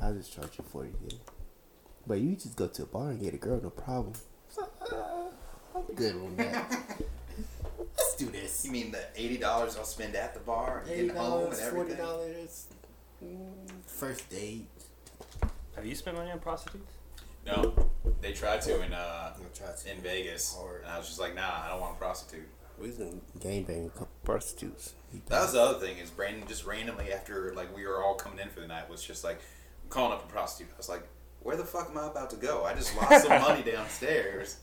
I'll just charge you forty then. But you just go to a bar and get a girl, no problem. So, uh, I'm good on that. Let's do this. You mean the eighty dollars I'll spend at the bar and Eighty getting home and dollars, forty everything? dollars. First date. Have you spent money on prostitutes? No, they tried to in uh I'm gonna try to. in Vegas, Hard. and I was just like, nah, I don't want a prostitute. We're gonna gangbang a couple prostitutes. That was the other thing is Brandon just randomly after like we were all coming in for the night was just like calling up a prostitute. I was like, where the fuck am I about to go? I just lost some money downstairs.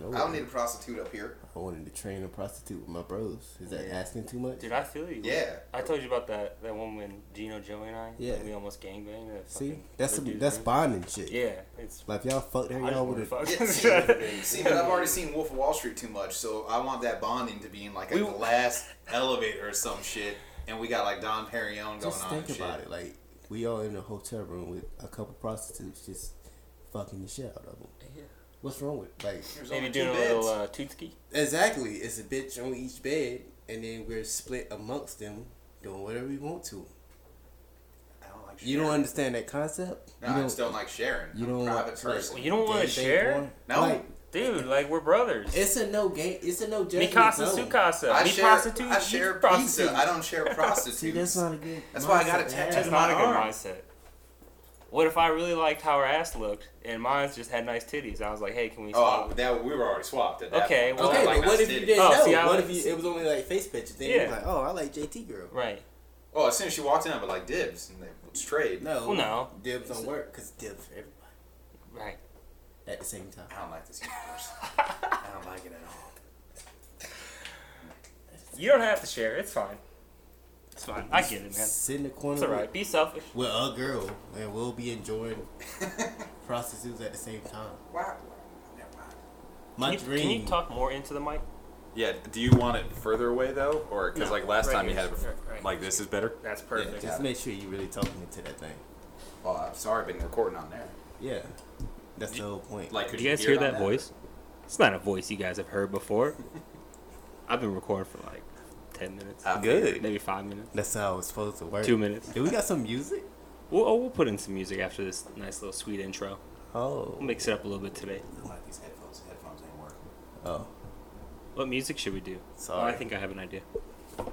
No, I don't need a prostitute up here. I wanted to train a prostitute with my bros. Is that Yeah. asking too much? Dude, I feel you. Yeah. I told you about that that one when Gino, Joey, and I Yeah. we almost gangbanged. that See, fucking that's good dude, that's right? bonding shit. Yeah, it's. Like if y'all fuck there, I just y'all wanna would have. fuck. Yeah, see, see, but I've already seen Wolf of Wall Street too much, so I want that bonding to be in like a We- glass elevator or some shit, and we got like Don Perignon going Just on. think and shit. about it. Like we all in a hotel room with a couple prostitutes, just fucking the shit out of them. Yeah. What's wrong with like? There's Maybe only two doing a beds. little uh, tootski. Exactly, it's a bitch on each bed, and then we're split amongst them, doing whatever we want to. I don't like You sharing. don't understand that concept. No, you I don't. just don't like sharing. you I'm a don't private like- person. You don't want to gangbang share, porn. No. Like, dude. Like we're brothers. it's a no game. It's a no Mi judgment. casa zone. su casa. I Mi share, prostitute. I share you pizza. prostitute. I don't share prostitutes. See, that's not a good. That's why I got a mindset to tattoo. have. That's not a good Arm. mindset. What if I really liked how her ass looked and mine's just had nice titties? I was like, hey, can we Oh, swap? that we were already swapped at that. Okay, point. I well- Okay, Oh, like but what nice if you titties. didn't Oh, know? see, I what like- if you, it was only like face pictures? Then Yeah. you're like, oh, I like JT girl. Right. Oh, as soon as she walked in, I'd be like dibs, and they it's trade. No, Well, no. dibs don't work because dibs for everybody Right. at the same time. I don't like this universe. I don't like it at all. You don't have to share. It's fine. It's fine. I get it, man. It's Sit in the corner alright. Be selfish. with, with a girl, and we'll be enjoying prostitutes at the same time. Wow. Never mind. My can, you, dream. can you talk more into the mic? Yeah. Do you want it further away though, or because No, like last right time you here. had it before, Right, right. like this is better? That's Yeah, perfect. just make sure you're really talking into that thing. Well, Oh, I'm sorry, I've been recording on there. Yeah, that's the whole point. Like, could Do you guys hear it on that voice? It's not a voice you guys have heard before. I've been recording for like 10 minutes. I Ah, Good. Maybe 5 minutes. that's how it's supposed to work. Two minutes. Do we got some music? We'll, oh, we'll put in some music after this nice little sweet intro. Oh. We'll mix it up a little bit today. I don't like these headphones. The headphones ain't working. Oh. What music should we do? Oh, Sorry. I think I have an idea. They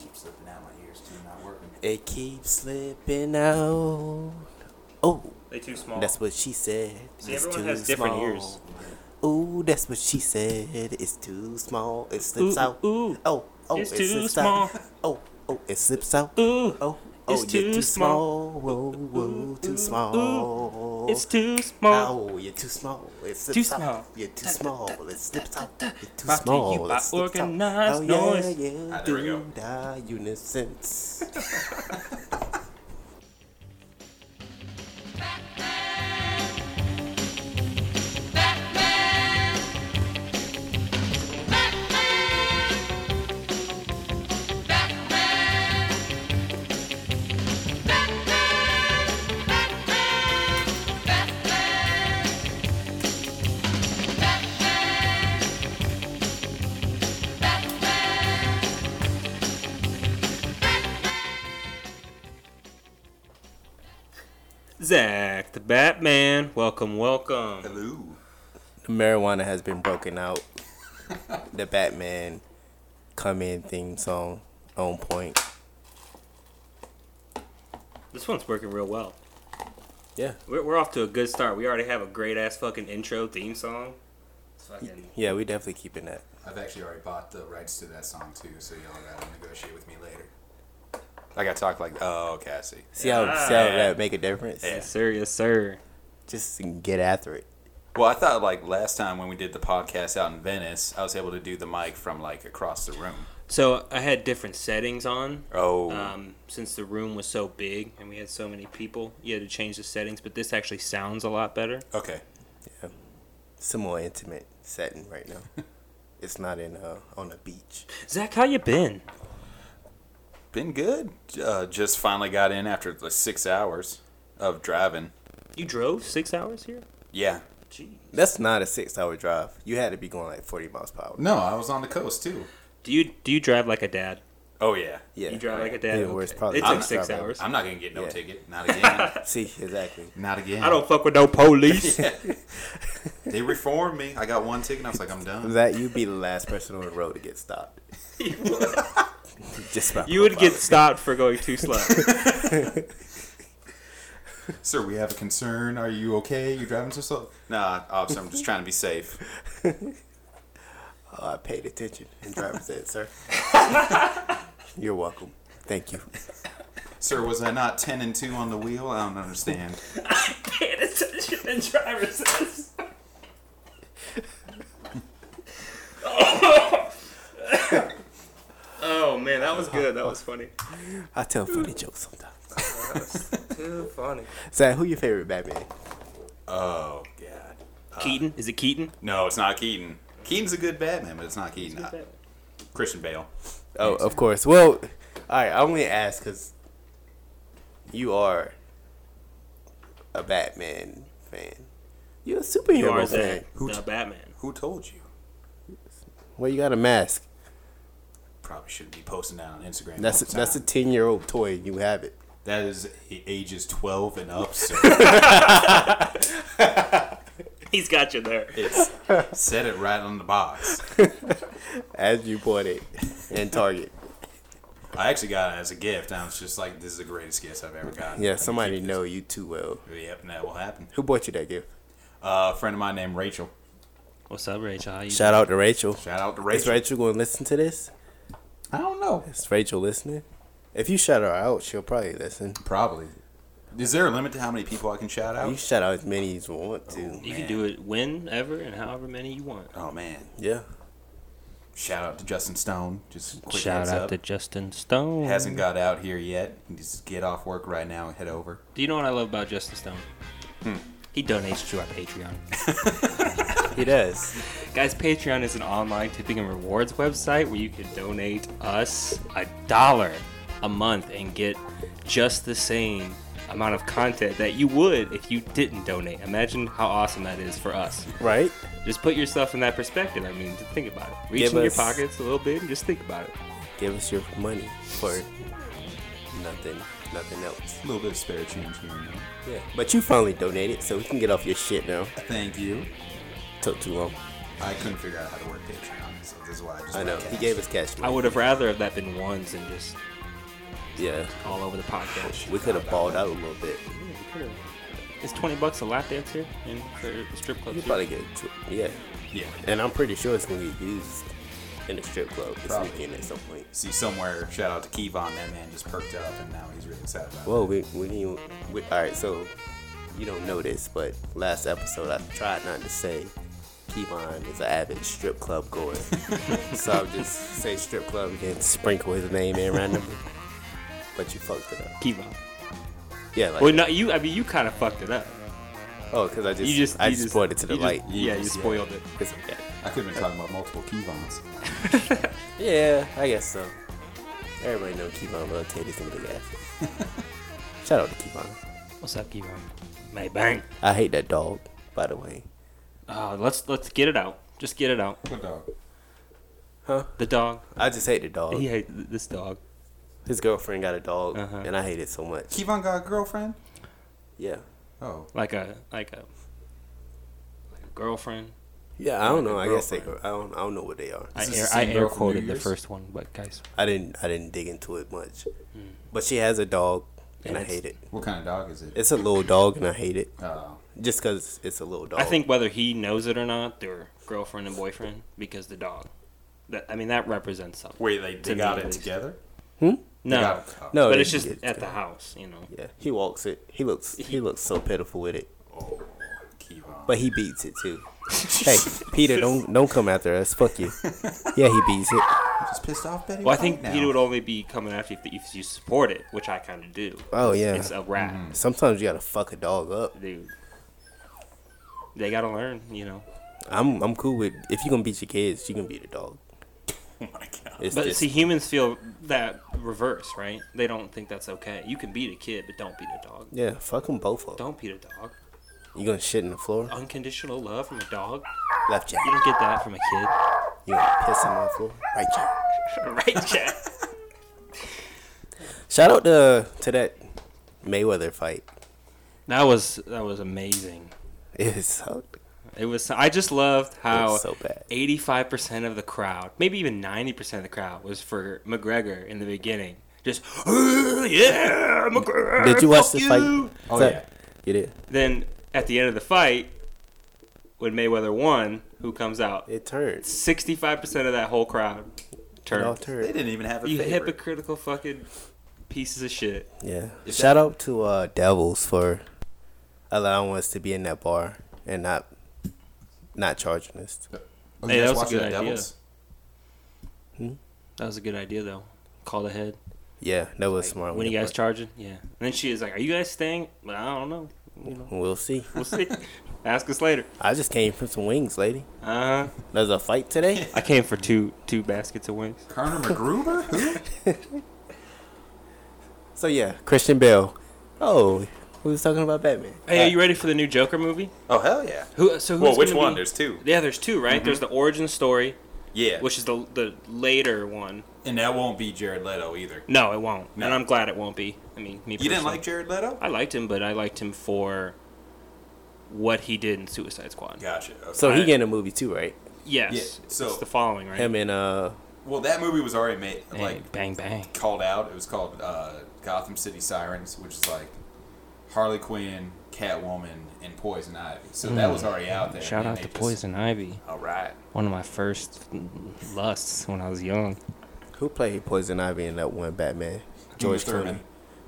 keep slipping out my ears too, not working. It keeps slipping out. Oh, They too small. that's what she said. See, it's everyone too has different small. ears. Ooh, that's what she said. It's too small. It slips Ooh, out. ooh, ooh. Oh, oh, It's it too slips small. out. Oh, oh, it slips out. Ooh, Oh, oh, It's you're too too small. small. Whoa, whoa, too small. it's too small. Oh. Ow, you're too small. It slips Too out. small. You're too small. It slips out. You're too Brought to you small. by it slips organized out. Oh, noise. Yeah, yeah, Ah, there we go. do da unisons. Zach, the Batman. Welcome, welcome. Hello. marijuana has been broken out. the Batman come in theme song on point. This one's working real well. Yeah. We're, we're off to a good start. We already have a great ass fucking intro theme song. It's fucking. Yeah, we definitely keeping that. I've actually already bought the rights to that song too, so y'all gotta negotiate with me later. Like I talk like, oh, Cassie. See how, see how that make a difference? Yes, sir, yes, sir. Just get after it. Well, I thought like last time when we did the podcast out in Venice, I was able to do the mic from like across the room. So I had different settings on. Oh, Um, since the room was so big and we had so many people, you had to change the settings, but this actually sounds a lot better. okay. Some more intimate setting right now. it's not in uh on a beach. Zach, how you been? Been good. Uh, just finally got in after the six hours of driving. You drove six hours here? Yeah. Gee. That's not a six hour drive. You had to be going like forty miles per hour. No, I was on the coast too. Do you do you drive like a dad? Oh yeah. Yeah. You drive like a dad. Yeah, okay. where it's probably it I'm took not six driving. hours. I'm not gonna get no Yeah. ticket. Not again. See, exactly. Not again. I don't fuck with no police. They reformed me. I got one ticket. I was like, I'm done. That you'd be the last person on the road to get stopped. Just by You would get stopped for going too slow. Sir, we have a concern. Are you okay? You're driving so slow. Nah, officer, I'm just trying to be safe. Oh, I paid attention. And driver said, "Sir, you're welcome. Thank you." Sir, was I not ten and two on the wheel? I don't understand. Paying attention and driver says. oh man, that was good. That was funny. I tell funny jokes sometimes. Too funny. Zach, who your favorite Batman? oh god. Keaton? Is it Keaton? No, it's not Keaton. Keaton's a good Batman, but it's not Keaton. I- Christian Bale. Oh, of course. Well, all right. I only ask because you are a Batman fan. You're a superhero You are fan. the, the Batman. Who told you? Well, you got a mask. Probably shouldn't be posting that on Instagram. That's a, all the that's a time. ten year old toy. and You have it. That is a- ages twelve and up. Sir. He's got you there. It's said it right on the box. as you bought it in Target. I actually got it as a gift. I was just like, this is the greatest gift I've ever gotten. Yeah, somebody know you too well. Yep, and that will happen. Who bought you that gift? Uh, a friend of mine named Rachel. What's up, Rachel? How you Shout out to Rachel. Shout out to Is Rachel. Rachel going to listen to this? I don't know. Is Rachel listening? If you shout her out, she'll probably listen. Probably. Is there a limit to how many people I can shout out? You shout out as many as you want to. You can do it whenever and however many you want. Oh man! Yeah. Shout out to Justin Stone. Just a quick Shout heads out up. to Justin Stone. hasn't got out here yet. You can just get off work right now and head over. Do you know what I love about Justin Stone? He donates to our Patreon. He does. Guys, Patreon is an online tipping and rewards website where you can donate us a dollar a month and get just the same amount of content that you would if you didn't donate. Imagine how awesome that is for us. Right? Just put yourself in that perspective. I mean, just think about it. Reach Give in your us- pockets a little bit and just think about it. Give us your money for nothing, nothing else. A little bit of spare change here and there. Yeah. But you finally donated, so we can get off your shit now. Thank you. Took too long. I couldn't figure out how to work Patreon, so this is why I just I know. went He cash. gave us cash I money. would have rather have that been ones and just Yeah. all over the podcast. We could have balled out a little bit. It's 20 bucks a lap dancer and for the strip club. You too. probably get tw- yeah. Yeah. And I'm pretty sure it's gonna get used in the strip club this Probably. weekend at some point. See somewhere. Shout out to Kevon. That man just perked up, and now he's really excited about it. Well, we we need. We, all right, so you don't know this, but last episode I tried not to say Kevon is an avid strip club goer, so I'll just say strip club and then sprinkle his name in randomly. But you fucked it up. Kiva. Yeah, like Well, no, you. I mean, you kind of fucked it up. oh, because I just, You just. I you just, brought it to the you just- light. yeah, you just- yeah. spoiled it. It's okay. I could have been talking about multiple Kevons. Yeah, I guess so. Everybody know Kevon love titties and big ass. Shout out to Kevon. What's up, Kiva? May bang. I hate that dog, by the way. Uh, let's let's get it out. Just get it out. What dog? The dog. I just hate the dog. He hates th- this dog. His girlfriend got a dog, Uh-huh. and I hate it so much. Kevon got a girlfriend? Yeah. Oh. Like a like a like a girlfriend. Yeah, I don't know. I Like a guess they. girlfriend. I don't. I don't know what they are. I Is this air, the I same air girl from New quoted the Year's? first one, but guys, I didn't. I didn't dig into it much. Hmm. But she has a dog, and Yeah, I it's- hate it. What kind of dog is it? It's a little dog, and I hate it Oh. just because it's a little dog. I think whether he knows it or not, they're girlfriend and boyfriend because the dog. That I mean, that represents something. Wait, they, they To got me, it at least. together? no, Got it. Oh. No, but they it's just didn't get at it. the house, you know. Yeah, he walks it. He looks. He looks so pitiful with it. Oh, Kevon. But he beats it too. hey, Peter, don't don't come after us. Fuck you. Yeah, he beats it. just pissed off Betty. Well, I White think now. Peter would only be coming after you if, if you support it, which I kind of do. Oh yeah. It's a rat, Mm-hmm. Sometimes you gotta fuck a dog up. dude. They gotta learn, you know. I'm I'm cool with if you gonna beat your kids, you can beat a dog. Oh my god. It's But just, see, humans feel that reverse, right? They don't think that's okay. You can beat a kid, but don't beat a dog. yeah, fuck them both up. Don't Oh. beat a dog. You gonna shit in the floor? Unconditional love from a dog. Left You jack. don't get that from a kid. You gonna piss on the floor? Right jack. right, Jack? Shout out to to that Mayweather fight. That was that was amazing. It was so It was. I just loved It how was so bad. eighty-five percent of the crowd, maybe even ninety percent of the crowd, was for McGregor in the beginning. Just yeah, McGregor. Did you watch fuck the you." fight? Oh, Zach, yeah. You did. Then at the end of the fight, when Mayweather won, who comes out? It turned. Sixty-five percent of that whole crowd It all turned. turned. didn't even have a You favorite. hypocritical fucking pieces of shit. Yeah. Shout out to uh, Devils for allowing us to be in that bar and not not charging us. Oh, Hey, you that guys was a watching good the idea. Devils? That was a good idea though. Called ahead. Yeah, that was smart. When on you their guys charging? Yeah. And then she is like, "Are you guys staying?" Well, I don't know. You know, part. We'll see. we'll see. Ask us later. I just came from some wings, lady. Uh huh. There's a fight today. I came for two two baskets of wings. Conor McGruber? Who? So yeah, Christian Bale. Oh, we was talking about Batman. Hey, are you ready for the new Joker movie? Oh hell yeah! Who? So who's well, which gonna one? be- There's two. yeah, there's two, right? There's the origin story, Yeah. which is the the later one. and that won't be Jared Leto either. No, it won't, No. and I'm glad it won't be. I mean, me. You didn't personally. like Jared Leto? I liked him, but I liked him for what he did in Suicide Squad. Gotcha. Okay. So he I- getting a movie too, right? Yes. Yeah, so- it's the following, right? Him and uh, well, that movie was already made, Hey, like, bang bang. called out. It was called uh, Gotham City Sirens, which is like Harley Quinn, Catwoman, and Poison Ivy. So that was already out there. Mm. Shout and out they to just- Poison Ivy, All right. one of my first lusts when I was young. who played Poison Ivy in that one Batman? George Thurman.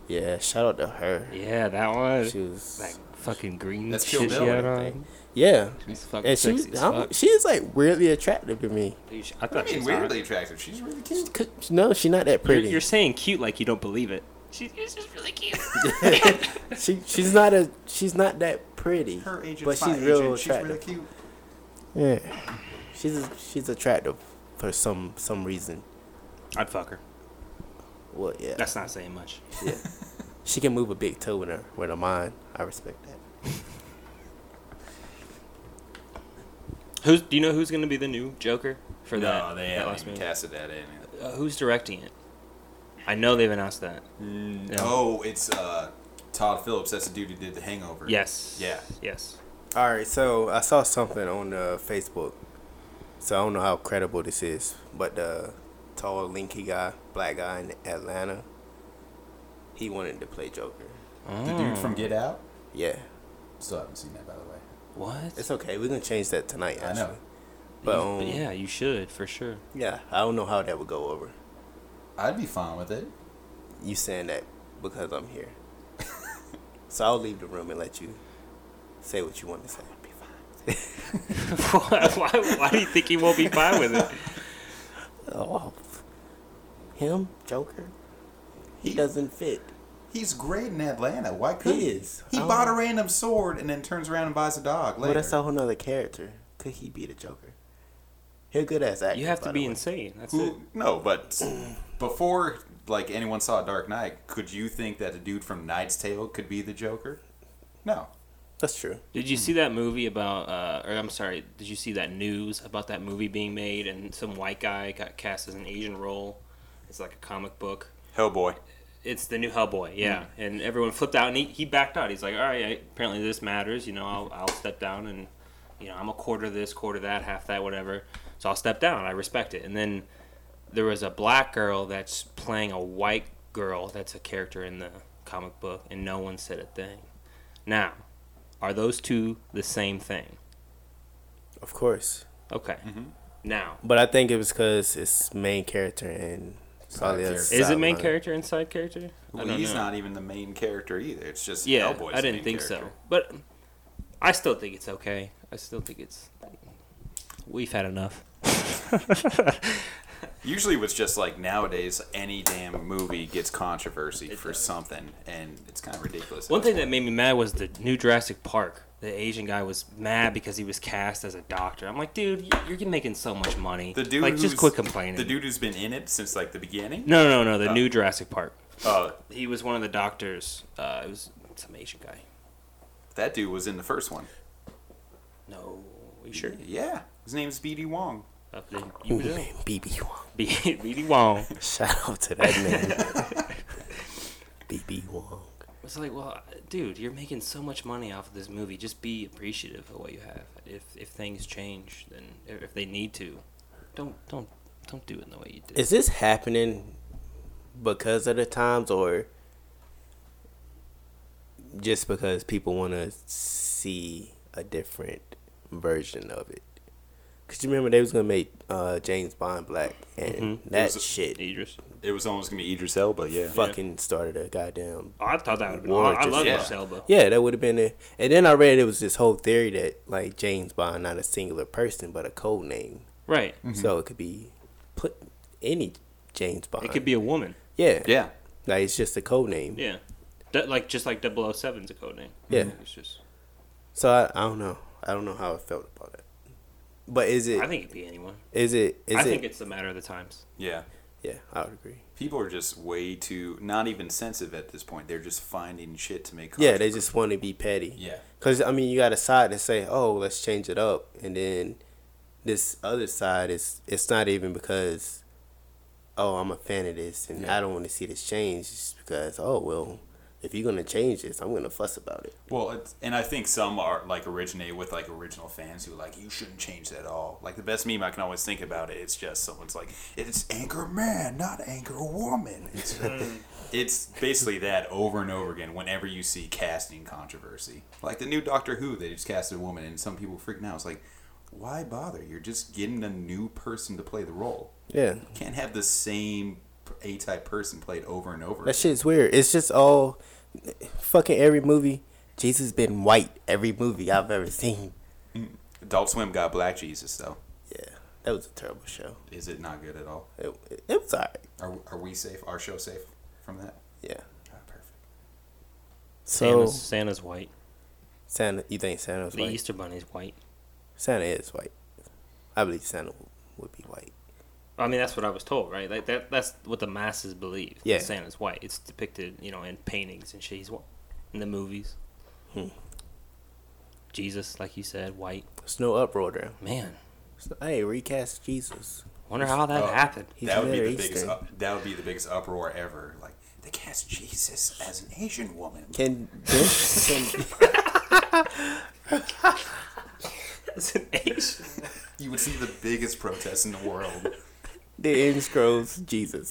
Yeah, shout out to her. Yeah, that one. She was like fucking green That's Kill shit she Bill, had I on. yeah, She's fucking and she was, sexy as I'm- fuck. she's like weirdly attractive to me. Dude, she- I I thought she mean, was hot. weirdly attractive. She's really cute. Could- No, she's not that You're, pretty. you're saying cute like you don't believe it. She's, she's just really cute. She she's not a she's not that pretty. Her agent's but my she's real agent. She's really attractive. cute. yeah, she's she's attractive for some some reason. I'd fuck her. Well, yeah, That's not saying much. yeah. She can move a big toe in her with her mind. I respect that. Who's do you know who's gonna be the new Joker for No, that? they that haven't last even movie? casted that in. Uh, who's directing it? I know they've announced that. Yeah. Oh, it's uh, Todd Phillips. That's the dude who did The Hangover. Yes. Yeah. Yes. All right, so I saw something on uh, Facebook. So I don't know how credible this is, but the tall, lanky guy, black guy in Atlanta, he wanted to play Joker. Oh. The Mm. dude from Get Out. Yeah, Still haven't seen that, by the way. What? it's okay. We're gonna change that tonight. I Actually. know. But um, But yeah, yeah, you should for sure. I don't know how that would go over. I'd be fine with it. You saying that because I'm here. so I'll leave the room and let you say what you want to say. Be fine. why, why, why do you think he won't be fine with it? Oh, him, Joker. He doesn't fit. He's great in Atlanta. Why couldn't he? is. He Oh. I bought a don't- random sword and then turns around and buys a dog later. Well, that's a whole nother character. Could he be the Joker? He a good ass actor. You have by to the be way. insane. That's it. Who, no, but before like anyone saw Dark Knight, could you think that the dude from Knight's Tale could be the Joker? No. That's true. Did you see that movie about, uh, or I'm sorry, did you see that news about that movie being made and some white guy got cast as an Asian role? It's like a comic book. Hellboy. It's the new Hellboy, yeah. And everyone flipped out and he, he backed out. He's like, all right, I- apparently this matters. You know, I'll, I'll step down and, you know, I'm a quarter this, quarter that, half that, whatever. So I'll step down. I respect it. And then there was a black girl that's playing a white girl that's a character in the comic book and no one said a thing. Now, are those two the same thing? Of course. Okay. Mm-hmm. Now, But I think it was because it's main character and probably a character. is it main sideline. character and side character? I Well, don't he's know. not even the main character either. It's just Yeah, Hellboy's I the didn't main think so. character. But I still think it's okay. I still think it's. We've had enough. Usually, it's just like nowadays, any damn movie gets controversy It for does. something, and it's kind of ridiculous. One thing that made me mad was the new Jurassic Park. The Asian guy was mad because he was cast as a doctor. I'm like, dude, y- you're making so much money. the dude like, who's- just quit complaining. The dude who's been in it since like the beginning. No, no, no, the Oh. new Jurassic Park. Uh, He was one of the doctors. Uh, it was some Asian guy. that dude was in the first one. No, you sure? Yeah, his name's BD Wong. Uh, then you Ooh, know. man, BB Wong. B- BD Wong. Shout out to that man. BB Wong. It's like, well, dude, you're making so much money off of this movie. Just be appreciative of what you have. If if things change, then or if they need to, don't don't don't do it in the way you did. Is this happening because of the times or just because people want to see a different version of it? Cause you remember they was gonna make uh, James Bond black, and that was a- shit Idris. It was almost gonna be Idris Elba, yeah. fucking started a goddamn I thought that would be. War I just- love yeah. Idris Elba. Yeah, that would have been it. And then I read it was this whole theory that like James Bond not a singular person but a code name, Right. so it could be put any James Bond. It could be a woman. yeah, Yeah. Like it's just a code name. Yeah. That, like just like 007's a code name. Yeah. It's just. So I, I don't know. I don't know how I felt about it. But is it? I think it'd be anyone. is it? Is I it? think it's a matter of the times. Yeah. yeah, I would agree. People are just way too not even sensitive at this point. They're just finding shit to make. Yeah, they just want to be petty. Yeah. Cause I mean, you got a side that say, "Oh, let's change it up," and then this other side is it's not even because, "Oh, I'm a fan of this and I don't want to see this change," it's just because, "Oh, well, if you're gonna change this, I'm gonna fuss about it." Well, it's, and I think some are like originate with like original fans who are like you shouldn't change that at all. Like the best meme I can always think about it, it's just someone's like it's anger man, not anger woman. It's, it's basically that over and over again whenever you see casting controversy. Like the new Doctor Who, they just casted a woman, and some people freaking out. It's like, why bother? You're just getting a new person to play the role. Yeah, You can't have the same A type person played over and over. that shit's weird. It's just all fucking every movie. Jesus been white every movie I've ever seen. Adult Swim got Black Jesus though. Yeah, that was a terrible show. Is it not good at all? It, it, it was alright. Are, are we safe? Our show safe from that? Yeah. Ah, perfect. So Santa's, Santa's white. Santa, you think Santa's The white? Easter Bunny's white. Santa is white. I believe Santa w- would be white. I mean, that's what I was told, right? Like that, that's what the masses believe. that Yeah. Santa's white. It's depicted, you know, in paintings and shit. He's white in the movies. Hmm. Jesus, like you said, white There's no uproar there. man. So, hey, recast Jesus. Wonder how that Oh. happened. He's that would be very the biggest. Eastern. Up, that would be the biggest uproar ever. Like they cast Jesus as an Asian woman. Can this? can, It's an Asian. You would see the biggest protest in the world. the end scrolls Jesus?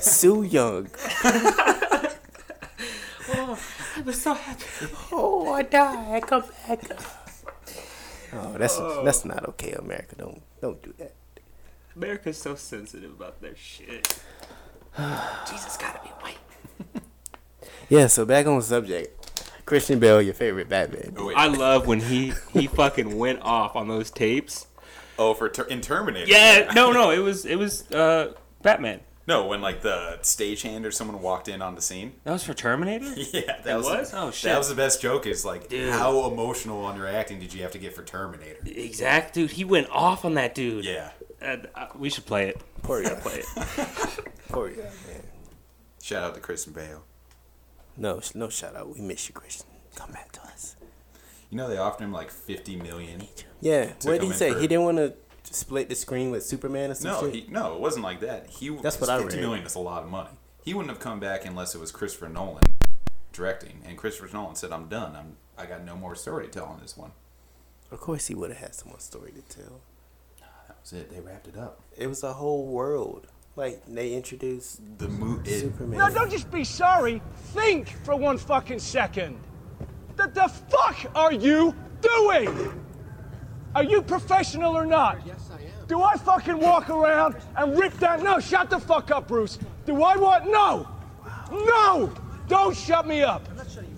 Sue Young. I was so happy. Oh, I die. I come back. Oh, that's that's not okay, America. Don't don't do that. America's so sensitive about their shit. Jesus gotta be white. Yeah. So back on subject. Christian Bale, your favorite Batman. Oh, wait. I love when he he fucking went off on those tapes. oh, for ter- in Terminator. Yeah, no, no, it was it was uh Batman. No, when like the stagehand or someone walked in on the scene. That was for Terminator. Yeah, that It was. was? Oh, shit. That was the best joke. Is like Dude. how emotional on your acting did you have to get for Terminator? Exact, dude. He went off on that dude. Yeah. And, uh, we should play it. Poor guy. Play it. Poor guy, man. Shout out to Kristen Bale. No, sh- no shout out. We miss you, Christian. Come back to us. You know they offered him like fifty million. Yeah. What did come he in say? for- He didn't want to split the screen with Superman or some No, shit? he, no, it wasn't like that. He That's what I read. million is a lot of money. He wouldn't have come back unless it was Christopher Nolan directing, and Christopher Nolan said, "I'm done. I'm I got no more story to tell on this one." Of course, he would have had some more story to tell. That was it. They wrapped it up. It was a whole world. Like they introduced The movie. Superman. Now, don't just be sorry. Think for one fucking second. What the fuck are you doing? Are you professional or not? Yes, I am. Do I fucking walk around and rip that? No, shut the fuck up, Bruce. Do I want? No. No! Don't shut me up.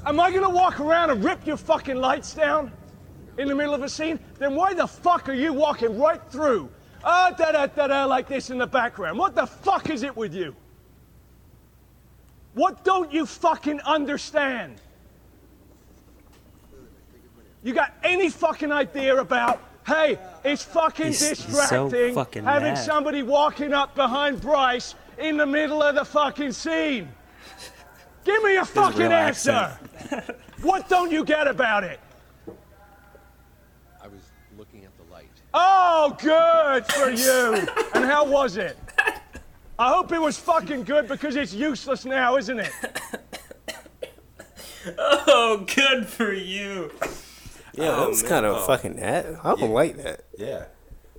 Am I gonna walk around and rip your fucking lights down in the middle of a scene? Then why the fuck are you walking right through? Ah, da da da da, like this in the background. What the fuck is it with you? What don't you fucking understand? You got any fucking idea about, hey, it's fucking He's- he's so distracting fucking having mad. somebody walking up behind Bryce in the middle of the fucking scene? Give me a fucking real answer. accent. what don't you get about it? I was looking at the light. Oh, good for you. and how was it? I hope it was fucking good because it's useless now, isn't it? Oh, good for you. Yeah, that was kind of fucking that. I don't like that. Yeah.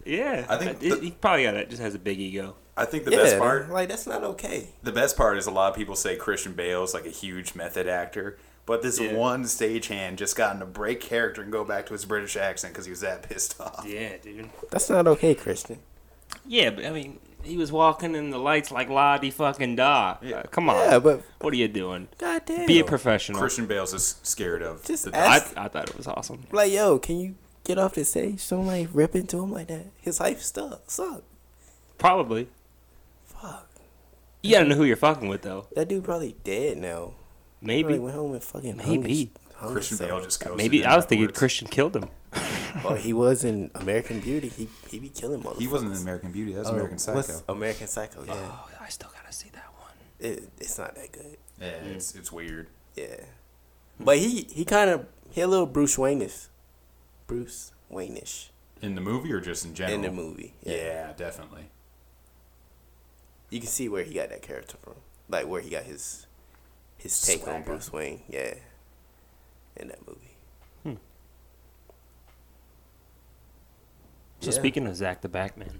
Yeah. I think it- the- he probably got it. Just has a big ego. I think the yeah, best part like that's not okay. the best part is a lot of people say Christian Bale's like a huge method actor, but this Yeah. one stagehand just got him to break character and go back to his British accent because he was that pissed off. Yeah, dude. That's not okay, Christian. Yeah, but I mean, he was walking in the lights like la di fucking da. Uh, come on. Yeah, but what are you doing? goddamn, Be a professional. Christian Bale's is scared of Just the ask- I, I thought it was awesome. like yo, can you get off the stage? Someone like rip into him like that. His life stuck. Suck. Probably. Fuck. You gotta know who you're fucking with, though. That dude probably dead now. He probably Maybe. went home and fucking hung his- Maybe. hung Christian himself. Bale just goes. Maybe. I was thinking Christian killed him. Oh, he was in American Beauty. He he be killing motherfuckers. He wasn't in American Beauty. That's Oh, American what's- Psycho. Ah. American Psycho. Yeah, Oh, I still gotta see that one. it, it's not that good. Yeah, Hmm. it's it's weird. Yeah, but he he kind of he a little Bruce Wayne-ish. Bruce Wayne-ish In the movie or just in general? in the movie. Yeah, definitely. you can see where he got that character from, like where he got his his take on Swagger. Bruce Wayne. Yeah, in that movie. So speaking of Zach the Backman,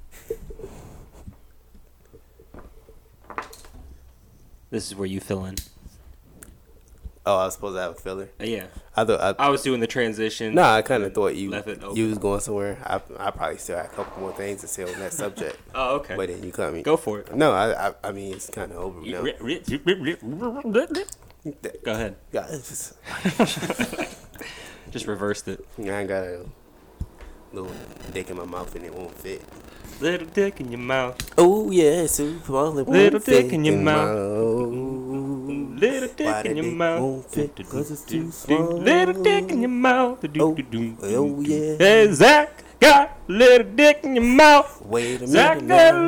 this is where you fill in. Oh, I was supposed to have a filler. Uh, yeah, I thought I, I was doing the transition. no, I kind of thought you Left it open. you was going somewhere. I I probably still had a couple more things to say on that subject, Oh, okay. but then you cut me. Go for it. No, I I, I mean it's kind of over now. Go ahead. God, it's just- Just reversed it. Yeah, I got a little dick in my mouth and it won't fit. Little dick in your mouth. Oh yeah, super small. It Little won't dick fit in your mouth. mouth. Little Why dick in the your dick mouth. won't fit? 'Cause it's too small. Little dick in your mouth. Oh, Do-do-do-do. oh, yeah. Hey, Zach got little dick in your mouth. Wait a minute. Zach got now.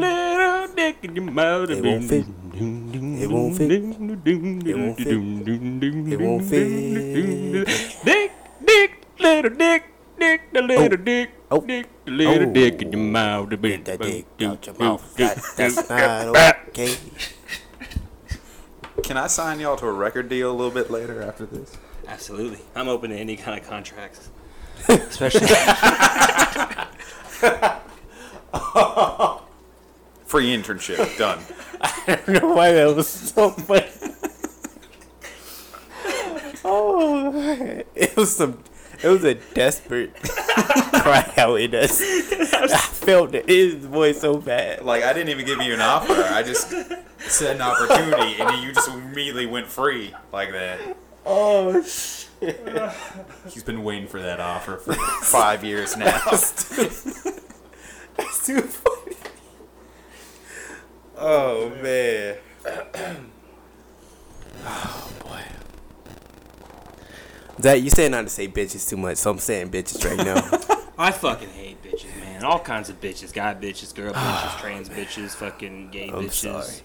little dick in your mouth. It won't fit. It won't fit. It won't fit. It won't fit. Dick, dick, little dick, dick, the little dick. Oh. Dick, the little Oh. dick in your mouth. Get That dick out your mouth. That, that's not okay. Can I sign y'all to a record deal a little bit later after this? Absolutely. I'm open to any kind of contracts. Especially Free internship. Done. I don't know why that was so funny. oh, man. it was some. It was a desperate cry out in us. I felt it in his voice so bad. Like I didn't even give you an offer. I just said an opportunity, and you just immediately went free like that. Oh shit! He's been waiting for that offer for five years now. That's too funny. Oh man. oh boy. That you said not to say bitches too much, so I'm saying bitches right now. I fucking hate bitches, man. All kinds of bitches. Guy bitches, girl bitches, trans bitches, fucking gay I'm bitches, sorry.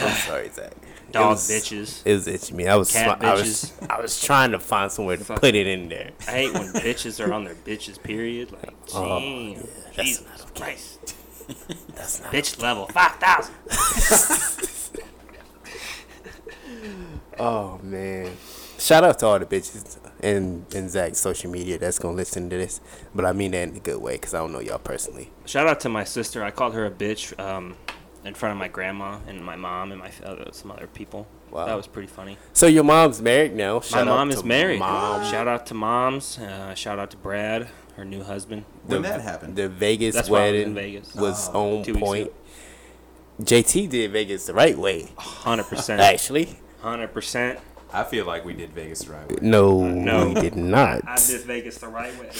I'm sorry, Zach. It dog was- bitches. It was itching me. I was, Cat smi- I was, I was trying to find somewhere to Fuck. put it in there. I hate when bitches are on their bitches period. Like, damn, Oh, that's Jesus not okay. Christ, That's not. bitch level five thousand. Oh man! Shout out to all the bitches in in Zach's social media that's gonna listen to this, but I mean that in a good way because I don't know y'all personally. Shout out to my sister. I called her a bitch um, in front of my grandma and my mom and my uh, some other people. Wow. That was pretty funny. So your mom's married now. Shout my out mom to is married. Mom, Shout out to moms. Uh, shout out to Brad, her new husband. When that happened, the Vegas That's why I was wedding in Vegas. Oh, was on two weeks point. ago. Oh. JT did Vegas the right way, Hundred percent. actually. Hundred percent. I feel like we did Vegas the right. way. No, No. we did not. I did Vegas the right way.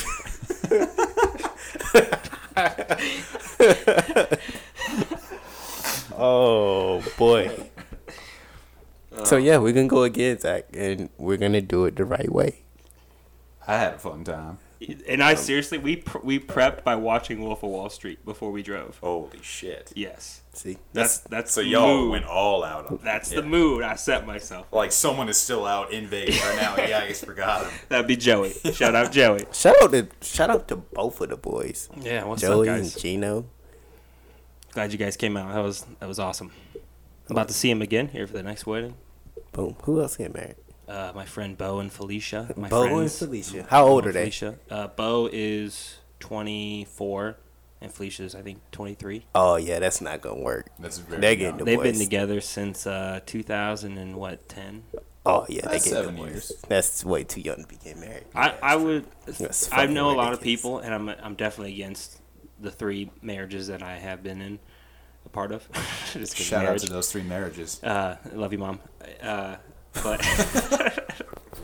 Oh boy. So yeah, we're gonna go again, Zach, and we're gonna do it the right way. I had a fun time. And I seriously, we pr- we prepped by watching Wolf of Wall Street before we drove. Holy shit! Yes, See, that's that's So the y'all mood. went all out on that. That's the mood I set myself. Like someone is still out in Vegas right now. Yeah, I just forgot him. That'd be Joey. Shout out Joey. shout out to shout out to both of the boys, Yeah, what's Joey up, and guys? Gino. Glad you guys came out. That was that was awesome. About to see him again here for the next wedding. Boom. Who else get married? uh, my friend Bo and Felicia. My Bo and friends, Felicia. How old are Bo and they? Felicia. Uh, Bo is 24, and Felicia is I think 23. Oh yeah, that's not gonna work. That's very They're getting young. divorced. They've been together since uh, 2000 and what 10. Oh yeah, they That's get seven divorced. years. That's way too young to get married. I, I would That's I fucking know a lot of ridiculous. people and I'm I'm definitely against the three marriages that I have been in a part of. Just 'cause Shout marriage. out to those three marriages. Uh, I love you, mom. Uh, but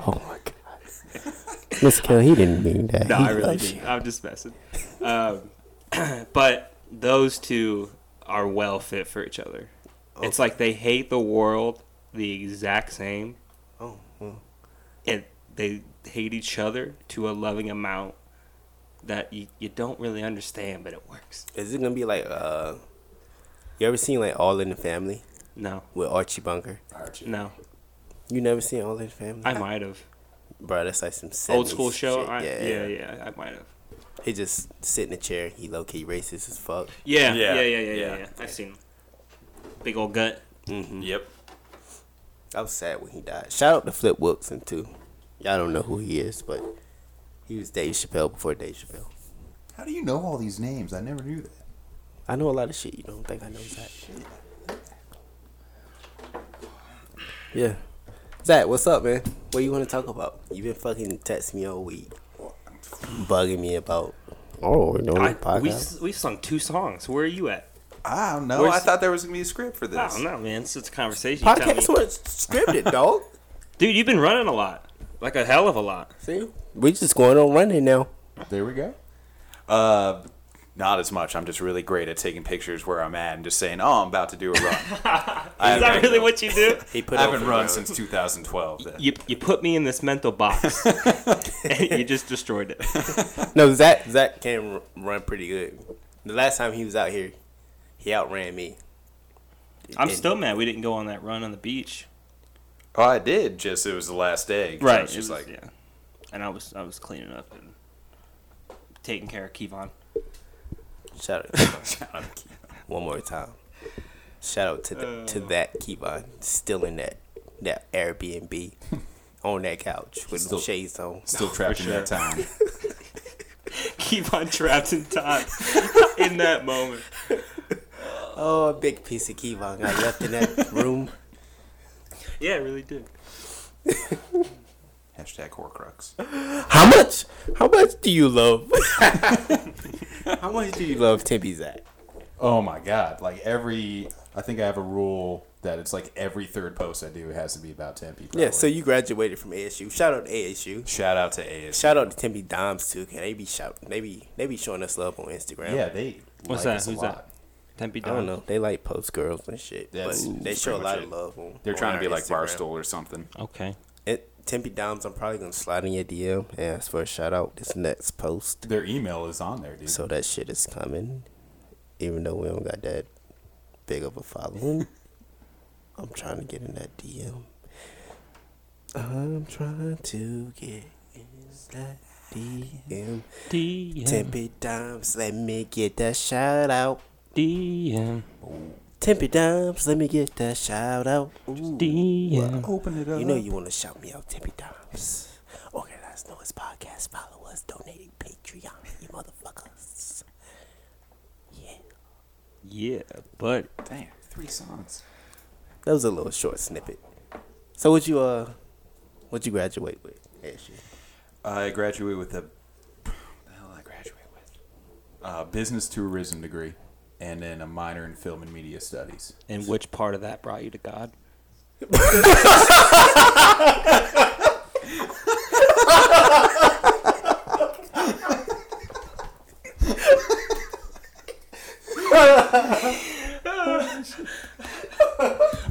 Oh my god, Miss Kill, he didn't mean that. no, He I really loves didn't. you. I'm just messing. Um, but those two are well fit for each other. It's like they hate the world the exact same. Oh, well. and they hate each other to a loving amount that you, you don't really understand, but it works. Is it gonna be like uh? You ever seen like All in the Family No, with Archie Bunker? no, You never seen All in the Family? I might have Bro, that's like some 70s old school show. shit. I, yeah, yeah, yeah, I might have. He just sit in a chair. He low key racist as fuck. Yeah, yeah, Yeah, yeah, yeah, yeah. yeah, yeah. I've seen him. Big old gut. Yep. I was sad when he died. Shout out to Flip Wilson too. Y'all don't know who he is, but he was Dave Chappelle before Dave Chappelle. How do you know all these names? I never knew that. I know a lot of shit. You don't think I know Zach? Yeah, Zach, what's up, man? What you want to talk about? You been fucking texting me all week, bugging me about. Oh, no I, we we sung two songs. Where are you at? I don't know. Where's I the- thought there was gonna be a script for this. I don't know, man. It's just a conversation. You tell me. Podcast was scripted, dog. Dude, you've been running a lot, like a hell of a lot. See, we just going on running now. There we go. Uh, not as much. I'm just really great at taking pictures where I'm at and just saying, "Oh, I'm about to do a run." I Is that haven't- really what you do? He put I haven't run since 2012. then. you you put me in this mental box, and you just destroyed it. No, Zach Zach can r- run pretty good. The last time he was out here, he outran me. I'm And- still mad we didn't go on that run on the beach. Oh, I did. Just it was the last day. 'cause I was It just was- like, yeah. And I was I was cleaning up and taking care of Kevon. Shout out, one more time. Shout out to the, Uh. to that Kevon still in that that Airbnb on that couch with the Still- shades on. still trapped in that time. Kevon trapped in time in that moment. Oh, a big piece of Kevon got left in that room. Yeah, it really did. Hashtag Horcrux. How much? How much do you love? how much do you love Tempe Zach? Oh my god! Like every, I think I have a rule that it's like every third post I do has to be about Tempe. Yeah, so you graduated from ASU. Shout out to ASU. shout out to ASU. Shout out to Tempe Dimes too, cause they be shout, they be they be showing us love on Instagram. yeah, they. What's like that? us a Who's lot. that? Tempe I don't know. They like post girls and shit, That's but they pretty show a much lot it. of love on. They're on trying to our be like Instagram. Barstool or something. Okay. It, Tempe Dimes, I'm probably gonna slide in your DM and ask for a shout out this next post. Their email is on there, dude. So that shit is coming, even though we don't got that big of a following. I'm trying to get in that DM. I'm trying to get in that DM. DM. Tempe Dimes, let me get that shout out. DM. Tempe Dimes, let me get that shout out. Ooh. DM. Open it up. You know you want to shout me out, Tempe Dimes. Organize Noise Podcast, follow us, donating Patreon, you motherfuckers. Yeah, but Damn, three songs. That was a little short snippet. So what you uh, what you graduate with? ASU. I graduated with a. What the hell did I graduate with? Uh, business tourism degree, and then a minor in film and media studies. and which part of that brought you to God?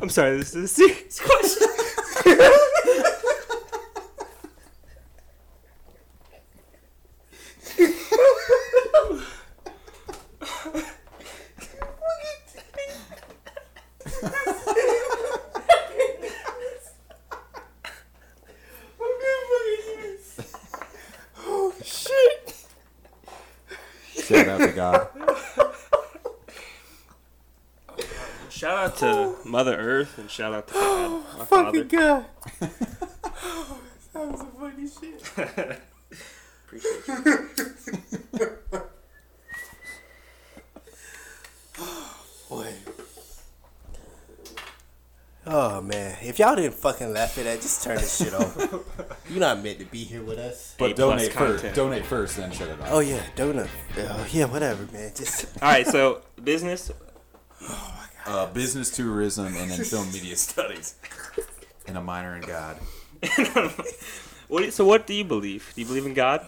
I'm sorry, this is a serious question. Shout out to God. Shout out to Mother Earth and shout out to God, my father. God. me shit. Appreciate you. Boy. Oh man, if y'all didn't fucking laugh at that, just turn this shit off. You're not meant to be here with us. But plus donate first. content. Donate first, then shut it off. Oh yeah, donut. Oh yeah, whatever, man. Just All right, so business. Uh, business tourism and then film media studies, and a minor in God. What, do you- so what do you believe? Do you believe in God?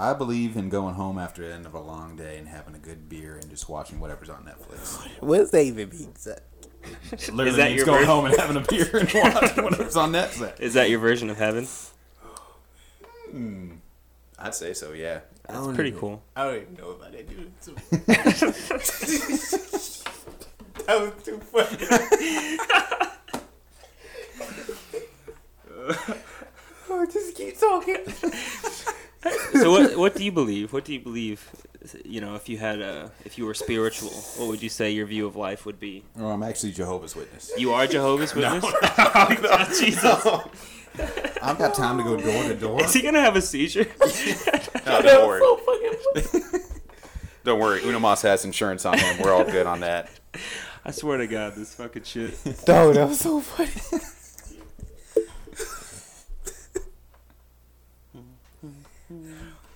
I believe in going home after the end of a long day and having a good beer and just watching whatever's on Netflix. what does that even mean? Literally that means your going version? home and having a beer and watching whatever's on Netflix. Is that your version of heaven? I'd say so, yeah. That's Pretty cool. I don't even know about that dude. that was too funny. oh, just keep talking. So what what do you believe? What do you believe? You know, if you had a if you were spiritual, what would you say your view of life would be? Well, Oh, I'm actually Jehovah's Witness. You are Jehovah's Witness. Jesus, I've got time to go door to door. Oh, is he gonna have a seizure? No, don't worry. Don't worry. Uno Mas has insurance on him. We're all good on that. I swear to God, this fucking shit. No, Oh, that was so funny.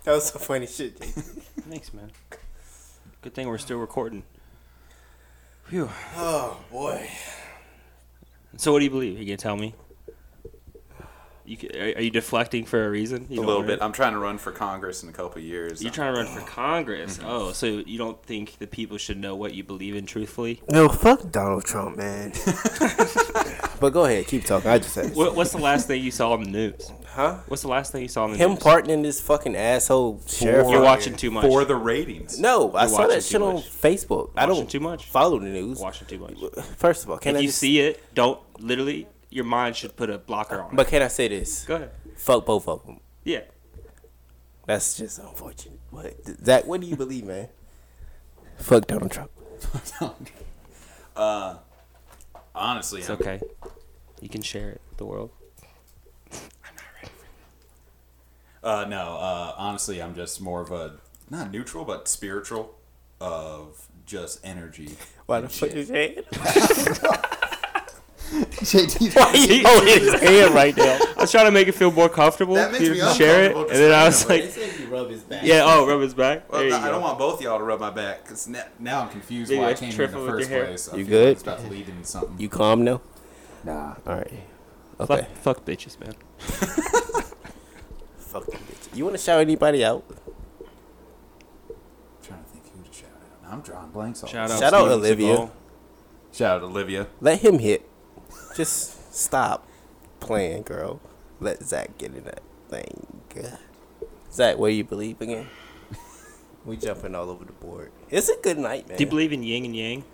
that was some funny shit. Jake. Thanks, man. Good thing we're still recording. Oh boy. So what do you believe? you gonna tell me? You ca- are, are you deflecting for a reason? You A don't little wanna- bit. I'm trying to run for Congress in a couple years. You're trying to run for Congress. Oh, so you don't think the people should know what you believe in truthfully? No, fuck Donald Trump, man. but go ahead, keep talking. I just had to What, what's the last thing you saw on the news? Huh? What's the last thing you saw on the Him news? pardoning this fucking asshole sheriff. You're watching too much. For the ratings. No, I saw watching that shit too on much. Facebook. I Watching don't too much. follow the news. Watching too much. First of all, can If I you just- see it, don't literally. Your mind should put a blocker on it. But can I say this? Go ahead. Fuck both of them. Yeah. That's just unfortunate. What Zach? What do you believe, man? Fuck Donald Trump. Uh, Honestly, It's okay. You can share it with the world. Uh, no, uh, honestly, I'm just more of a not neutral, but spiritual of just energy. Why the fuck is head? JT, Why you holding his hand right now? I was trying to make it feel more comfortable. That makes you me can share it, and uncomfortable just then I was randomly. like, said you rub his back. "Yeah, oh, rub his back." Well, there you I go. don't want both y'all to rub my back because now, now I'm confused Maybe why I I came here in trifle the with first your hair. place. I You feel like good? It's about to lead into something. You calm now? Nah. All right. fuck, Okay. fuck bitches, man. Fuck them bitches. You want to shout anybody out? I'm trying to think who to shout out. I'm drawing blanks. All Shout out, Shout out Steven Olivia. Seagal. Shout out Olivia. Let him hit. Just stop playing, girl. Let Zach get in that thing. Zach, what do you believe again? We jumping all over the board. It's a good night, man. Do you believe in yin and yang?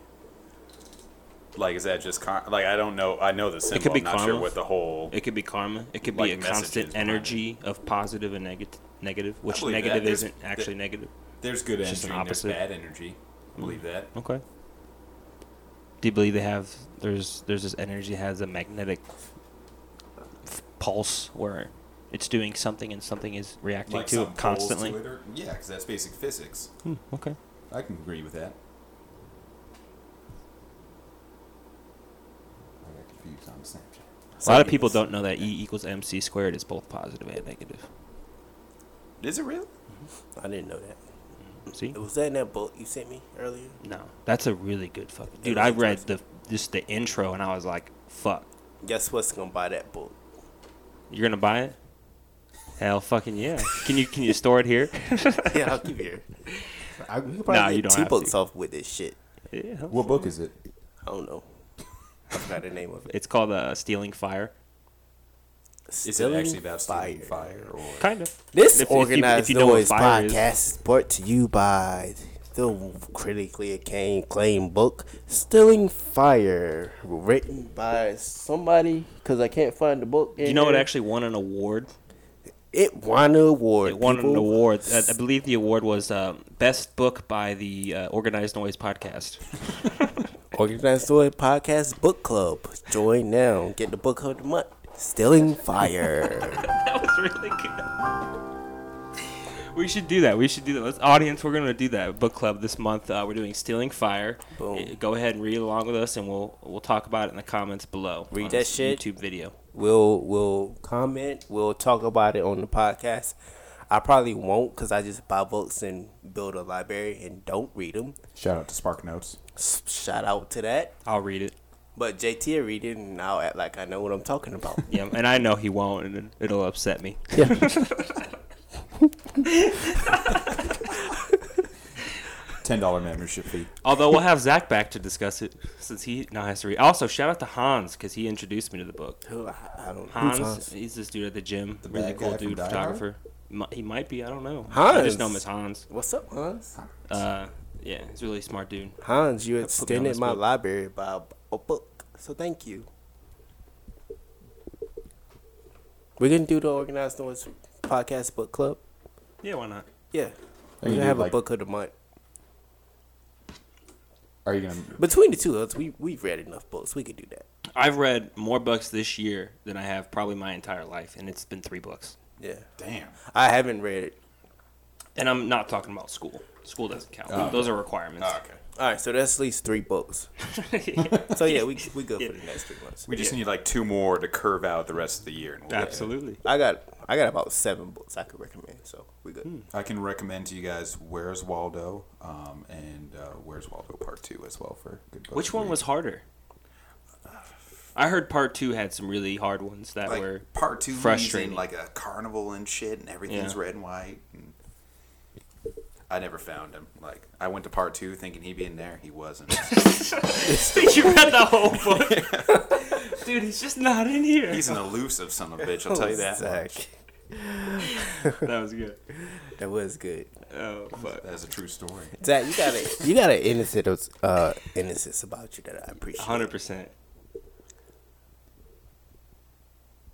like, is that just con- like I don't know? I know the symbol. could be I'm not karma. sure what the whole. It could be karma. It could Like be a messages constant behind it. energy of positive and negative, negative, which believe that. negative There's- isn't actually negative. There's good just energy an and there's opposite. bad energy. I believe that. Okay. Do you believe they have there's there's this energy that has a magnetic f- pulse where it's doing something and something is reacting Like to some it constantly? poles to it or- yeah, because that's basic physics. Hmm, okay. I can agree with that. I got confused on Snapchat. a lot of people don't know that E equals mc squared is both positive and negative. Is it real? I didn't know that. See? Was that in that book you sent me earlier? No, that's a really good fucking dude. was I read the just the intro and I was like, fuck. Guess what's gonna buy that book? You're gonna buy it? Hell, fucking yeah! Can you can you store it here? yeah, I'll give you. I, we could probably Nah, get you don't two have books to. off with this shit. Yeah, hell. What book is it? I don't know. I forgot the name of it. it's called uh, stealing fire. Is it actually about fire? fire or Kind of. This If- if you- if organized you know what noise fire podcast is. is. brought to you by the critically acclaimed acclaimed book "Stealing Fire," written by somebody because I can't find the book. in You know it here. actually won an award. It won an award. It won people. an award. I, I believe the award was um, best book by the uh, Organized Noise Podcast. Organized Noise Podcast Book Club. Join now. Get the book of the month. Stealing Fire. that was That's really good. We should do that. We should do that. Let's, audience, we're going to do that book club this month. Uh, we're doing Stealing Fire. Boom. Uh, Go ahead and read along with us, and we'll we'll talk about it in the comments below. Read on that this shit. YouTube video. We'll we'll comment. We'll talk about it on the podcast. I probably won't because I just buy books and build a library and don't read them. Shout out to Spark Notes. Shout out to that. I'll read it. But JT will read it and I'll act like I know what I'm talking about. Yeah, and I know he won't, and it- it'll upset me. Ten dollar membership fee. Although we'll have Zach back to discuss it since he now has to read. Also, shout out to Hans because he introduced me to the book. Who- I I don't Hans, Who's Hans? he's this dude at the gym, The really bad cool guy from dude, Die Hard? photographer. Mi- He might be, I don't know. I Hans. just know him as Hans. What's up, Hans? Uh, yeah, he's a really smart dude. Hans, you put me on extended the my spot. library by a b- a book, so thank you. We're gonna do the organized noise podcast book club. Yeah, why not? Yeah, Are we're you gonna gonna have like- a book of the month. Are you gonna? Between the two of us, we we've read enough books. We could do that. I've read more books this year than I have probably my entire life, and it's been three books. Yeah, Damn. I haven't read it. And I'm not talking about school. School doesn't count. Oh. Those are requirements. Oh, okay. All right, so that's at least three books. So yeah, we we good for the next three months. We just Yeah. need like two more to curve out the rest of the year. And we'll get it. Absolutely. I got I got about seven books I could recommend, so we good. Hmm. I can recommend to you guys Where's Waldo, um, and uh, Where's Waldo Part Two as well for good. book Which to one read. was harder? I heard part two had some really hard ones that Like were part two, he's frustrating. in like a carnival and shit, and everything's Yeah. red and white. And I never found him. Like I went to part two thinking he'd be in there, he wasn't. you read the whole book, dude. He's just not in here. He's an elusive son of a bitch. I'll tell you that. Zach, that was good. that was good. Oh fuck. That's a true story. Zach, you got a you got an innocence uh innocence about you that I appreciate. Hundred percent.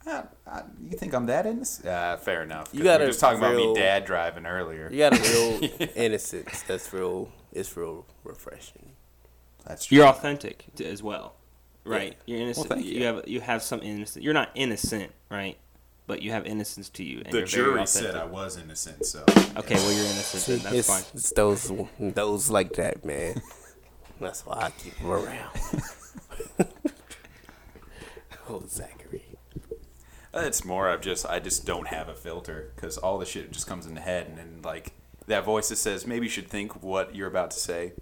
Ah, Uh, ah, you think I'm that innocent? Uh, fair enough. 'cause You we were got a just talking about real- me dad driving earlier. You got a real innocence. That's real. It's real refreshing. That's true. You're authentic t- as well, right? You're innocent. thank you. you. have you have some innocent. You're not innocent, right? But you have innocence to you. And the you're very jury authentic. said I was innocent, so Okay, well you're innocent. Then. That's it's, fine. it's those those like that, man. That's why I keep him around. oh, Zachary. Uh, It's more of just I just don't have a filter because all the shit just comes in the head and then like that voice that says maybe you should think what you're about to say.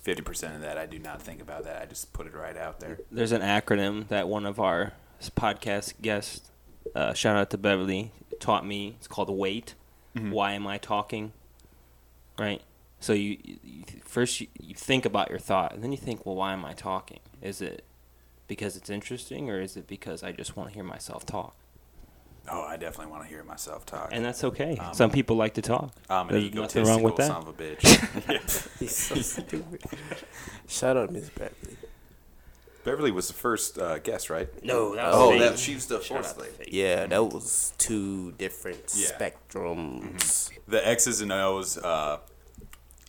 Fifty percent of that I do not think about that. I just put it right out there. There's an acronym that one of our podcast guests, uh, shout out to Beverly, taught me. It's called WAIT. Mm-hmm. Why am I talking? Right. So you, you first you, you think about your thought, and then you think, well, why am I talking? Is it because it's interesting, or is it because I just want to hear myself talk? Oh, I definitely want to hear myself talk. And that's okay. Some people like to talk. I'm an There's egotistical nothing wrong with son that. of a bitch. He's so stupid. Shout out, Miss Bradley. Beverly was the first uh, guest, right? No, that was Oh, Oh, fake. that she's the fourth Shout out to lady. fake. Yeah, that was two different Yeah. spectrums. The X's and O's uh,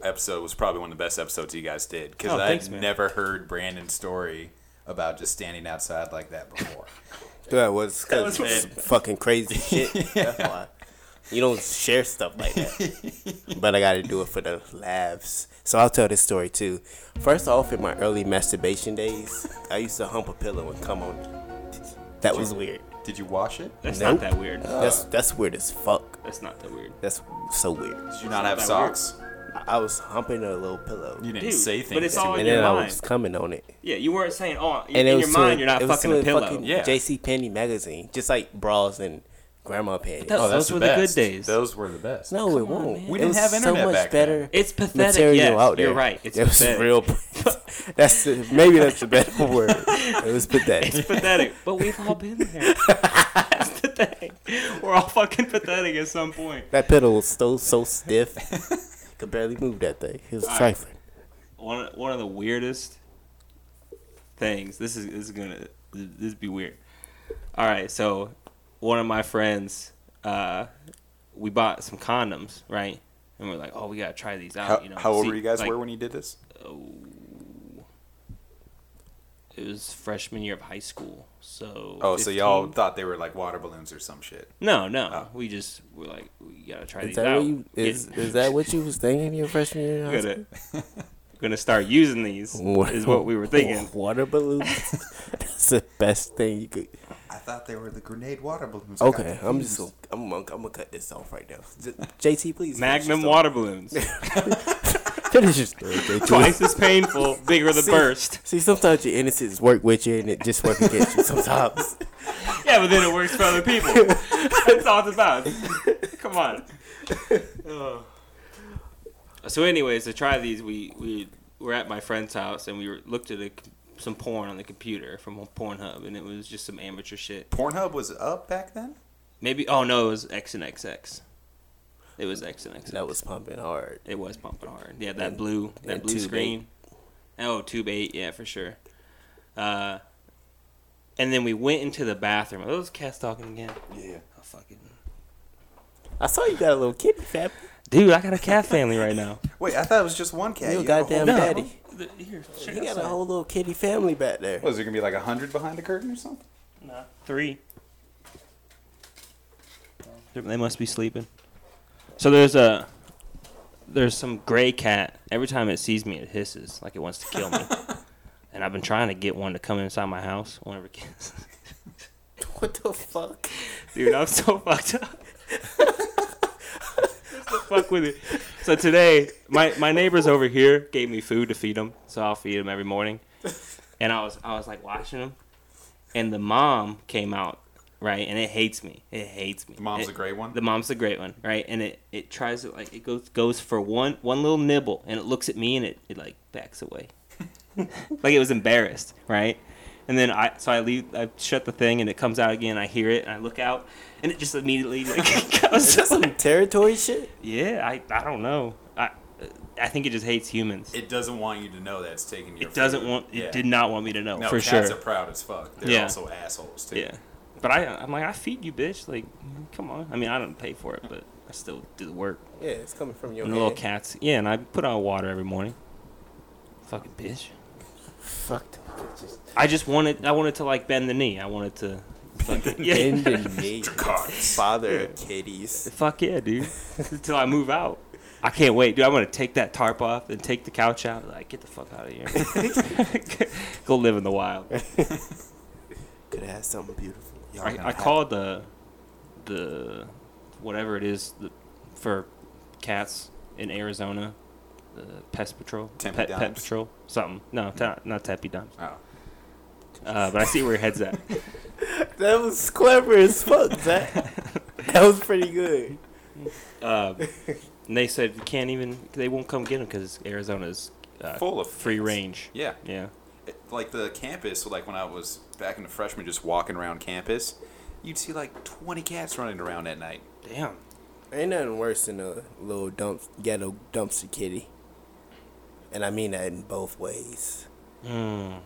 episode was probably one of the best episodes you guys did because Oh, I'd thanks, man. never heard Brandon's story about just standing outside like that before. That was because was- fucking crazy shit. That's why. You don't share stuff like that. but I gotta do it for the laughs. So I'll tell this story too. First off, in my early masturbation days, I used to hump a pillow and come on. That was weird. Did you wash it? That's Nope. not that weird. That's that's weird as fuck. That's not that weird. That's so weird. Did you not have that weird. socks? I was humping a little pillow, You and didn't Dude, say but things. it's to all me. in then your I mind. was coming on it. Yeah, you weren't saying, oh, And in to your mind, a- you're not it was fucking to a pillow. Fucking Yeah. JC Penney magazine, just like bras and grandma panties. That- Those that's were the good best. days. Those were the best. No, it won't. We It didn't was have internet so much back then. better. It's pathetic. material yes, out there. You're right. It's it was pathetic. real. that's the, maybe that's the better word. It was pathetic. pathetic. But we've all been there. That's the thing. We're all fucking pathetic at some point. That pedal was so so stiff, could barely move that thing. It was trifling. One one of the weirdest things. This is this is gonna this be weird. All right, so one of my friends, uh, we bought some condoms, right? And we're like, oh, we gotta try these out. How, you know, how old see- were you guys like, were when you did this? It was freshman year of high school. So Oh, so y'all Oh. 15? thought they were like water balloons or some shit. No, no. We just were like, we gotta try Is these that out. what you is, Yeah. is that what you was thinking your freshman year? in high We're school? gonna, gonna start using these. Wa- Is what we were thinking. Water balloons. That's the best thing you could. I thought they were the grenade water balloons. I got Okay, I'm just. confused. Gonna, I'm, gonna- I'm gonna cut this off right now. J- JT, please. finish Magnum your water balloons. story. Finish your story, JT. Twice as painful, bigger the See- burst. See, sometimes your innocence work with you, and it just work against you. Sometimes. Yeah, but then it works for other people. That's all it's about. Come on. So, anyways, to try these, we we were at my friend's house and we were, looked at a, some porn on the computer from Pornhub, and it was just some amateur shit. Pornhub was up back then? Maybe oh no, it was X and XX. It was X and XX. that was pumping hard. It was pumping hard. Yeah, that blue that and blue tube screen. Oh, tube eight, yeah, for sure. Uh, and then we went into the bathroom. Are those cats talking again? Yeah. Oh, fucking I saw you got a little kitty fat. dude, I got a cat family right now. Wait, I thought it was just one cat. You a have a goddamn whole- No. daddy. The- Here, check You this got a out. whole little kitty family back there. What, is there gonna be like a hundred behind the curtain or something? Nah, three. They're- They must be sleeping. So there's a there's some gray cat. Every time it sees me, it hisses like it wants to kill me. and I've been trying to get one to come inside my house whenever kids. What the fuck? Dude, I'm so fucked up. Just to fuck with it. So today, my, my neighbors over here gave me food to feed them, so I'll feed them every morning. And I was I was like watching them, and the mom came out right, and it hates me. It hates me. The mom's It- a great one. The mom's a great one, right? And it it tries to like it goes goes for one one little nibble, and it looks at me, and it it like backs away, like it was embarrassed, right? And then I so I leave I shut the thing, and it comes out again. I hear it, and I look out, and it just immediately like goes. Is that some territory shit? Yeah, I I don't know. I I think it just hates humans. It, It doesn't want you to know that it's taking your. doesn't food. want. It Yeah. did not want me to know No, for cats sure. are proud as fuck. They're Yeah. also assholes too. Yeah. But I, I'm like, I feed you, bitch. Like, come on. I mean, I don't pay for it, but I still do the work. Yeah, it's coming from your And the little head. cats. Yeah, and I put on water every morning. Fucking bitch. Fuck them bitches. I just wanted, I wanted to like bend the knee. I wanted to. Fuck, yeah. Bend the knee. Cocks. Father of kitties. Fuck yeah, dude. Until I move out. I can't wait, dude. I'm gonna take that tarp off and take the couch out. Like, get the fuck out of here. Go live in the wild. Could have had something beautiful. Y'all I, I called the the whatever it is the, for cats in Arizona, the pest patrol, Tempe pet, pet Dumps. patrol, something. No, ta- not tappy dumps. Oh. Uh, but I see where your head's at. That was clever as fuck, Zach. that was pretty good. Uh, and they said you can't even. They won't come get them because Arizona's uh, Full of free cats. range. Yeah. Yeah. It- like the campus, like when I was back in the freshman, just walking around campus, you'd see like twenty cats running around at night. Damn. Ain't nothing worse than a little dump ghetto dumpster kitty. And I mean that in both ways. Mm.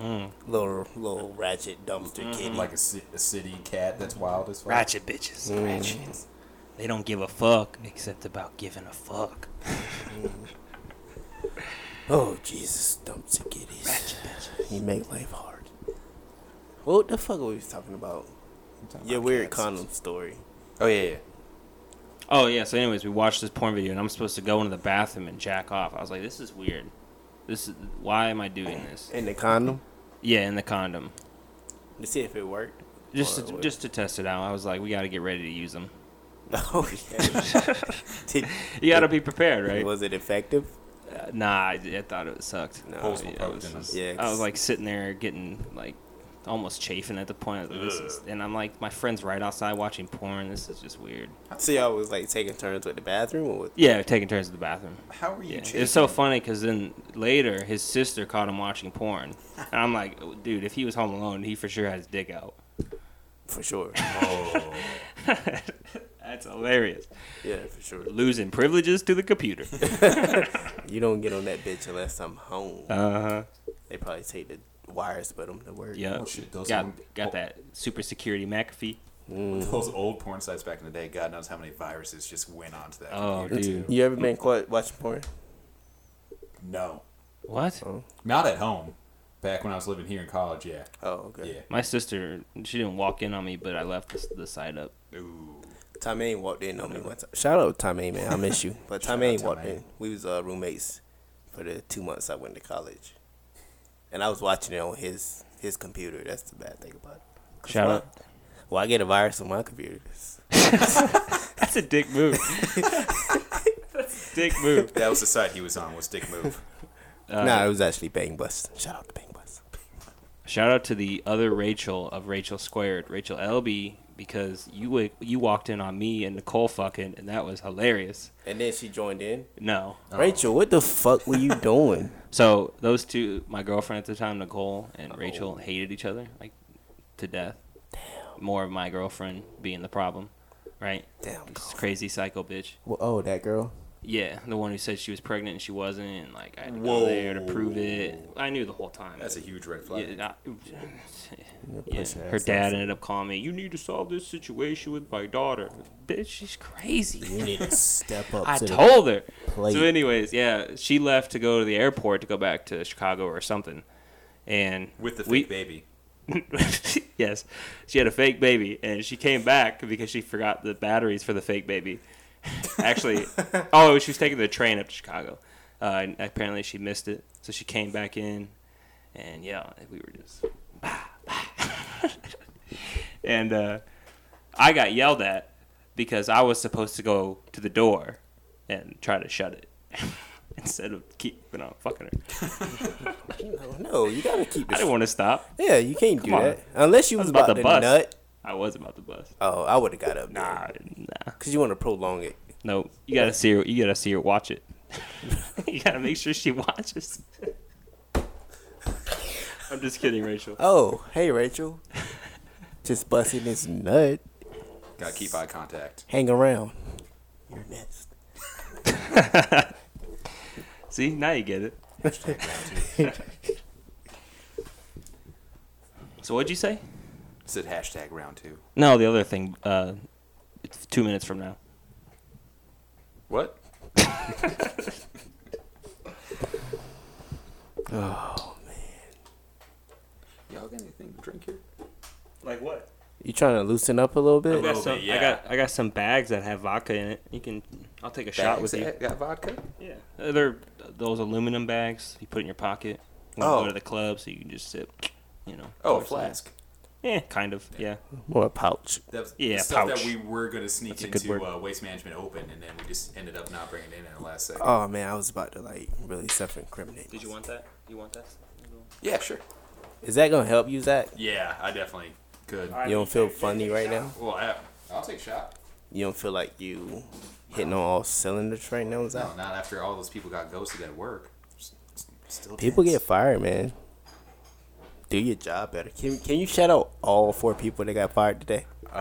Mm. Little little ratchet dumpster Mm-hmm. kitty. Like a, ci- a city cat that's wild as fuck. Ratchet bitches. Ratchets. They don't give a fuck except about giving a fuck. oh Jesus, dumpster kitties. You make life hard. What the fuck were we talking about? Your weird condom story. Oh yeah, yeah. Oh yeah. So, anyways, we watched this porn video, and I'm supposed to go into the bathroom and jack off. I was like, this is weird. This is why am I doing this? And the condom? Yeah, in the condom, To see if it worked. just to, Or- just to test it out. I was like, we got to get ready to use them. Oh yeah. Did, You got to be prepared, right? Was it effective? Uh, nah, I, I thought it sucked. No, Holes were Oh, yeah, I poked was, in them. just- Yeah, I was 'cause- like sitting there getting like almost chafing at the point. I was like, this is, and I'm like, my friend's right outside watching porn. This is just weird. So y'all was like taking turns with the bathroom or what? Yeah, taking turns at the bathroom. How are you? Yeah. chasing It's so funny because then later his sister caught him watching porn, and I'm like, "Oh, dude, if he was home alone, he for sure had his dick out. For sure. That's hilarious. Yeah, for sure. Losing privileges to the computer. You don't get on that bitch unless I'm home. Uh huh. They probably take the wires, but I'm the word. Yeah. Oh, shit, those got one- got that super security McAfee. Those old porn sites back in the day, God knows how many viruses just went onto that. Oh, dude. You ever been caught watching porn? No, What? not at home. Back when I was living here in college, yeah. Oh, okay. Yeah. My sister, she didn't walk in on me, but I left the, the side up. Ooh. Tom Ain walked in on me one time. Shout out Tom Ain, man. I miss you. But Tom out Ain Tom walked Ain. in. We was uh, roommates for the two months I went to college, and I was watching it on his his computer. That's the bad thing about it. 'Cause Shout my- out. Well, I get a virus on my computers. That's a dick move. That's a dick move. That was the site he was on, was Dick Move. No, nah, it was actually Bang Bus. Shout out to Bang Bus. Shout out to the other Rachel of Rachel Squared, Rachel LB, because you wa- you walked in on me and Nicole fucking, and that was hilarious. And then she joined in. No, Rachel, what the fuck were you doing? so those two, my girlfriend at the time, Nicole and Rachel, hated each other like to death. More of my girlfriend being the problem, right? Damn. This crazy psycho bitch. Well, oh, that girl. Yeah, the one who said she was pregnant and she wasn't, and like I had to go there to prove it. I knew the whole time. That's a huge red flag. Yeah, I- yeah, push her her ass dad ended up calling me. You need to solve this situation with my daughter. Bitch, she's crazy. You need to step up. I to the told her. plate. So, anyways, yeah, she left to go to the airport to go back to Chicago or something, and With the fake we- baby. yes, she had a fake baby, and she came back because she forgot the batteries for the fake baby. Actually, oh, she was taking the train up to Chicago, uh, and apparently she missed it, so she came back in, and yeah, we were just, and uh, I got yelled at because I was supposed to go to the door and try to shut it instead of keeping on fucking her. No, no, you gotta keep I this. didn't want to stop. yeah, you can't do Come on. that unless you I was, was about, about to to bust. nut. I was about to bust. Oh, I would have got up. Nah, Nah, nah. cause you want to prolong it. No, you gotta see her. You gotta see her watch it. you gotta make sure she watches. I'm just kidding, Rachel. Oh, hey Rachel, just busting this nut. Gotta keep eye contact. Hang around. You're next. See, now you get it. so what'd you say? Said hashtag round two. No, the other thing. Uh, it's two minutes from now. What? Oh, Y'all got anything to drink here? Like what? You trying to loosen up a little bit? I got little some. bit, I got. I got some bags that have vodka in it. You can. I'll take a shot with you. Got vodka? Yeah, Uh, they're those aluminum bags you put in your pocket when you Oh. go to the club, so you can just sip. You know. Oh, a towards the- flask. Yeah, Eh, kind of. Yeah. More a pouch. That was Yeah, the stuff pouch. that we were gonna sneak a good word. into uh, waste management open, and then we just ended up not bringing it in at the last second. Oh man, I was about to like really self-incriminate. Did you want that? You want that? yeah, sure. Is that gonna help you, Zach? Yeah, I definitely could. You don't feel funny right now. Well, I, I'll take a shot. You don't feel like you hitting on all cylinders right now, Zach. No, Oh, not after all those people got ghosted at work. S- s- Still People tense. get fired, man. Do your job better. Can Can you shout out all four people that got fired today? Uh,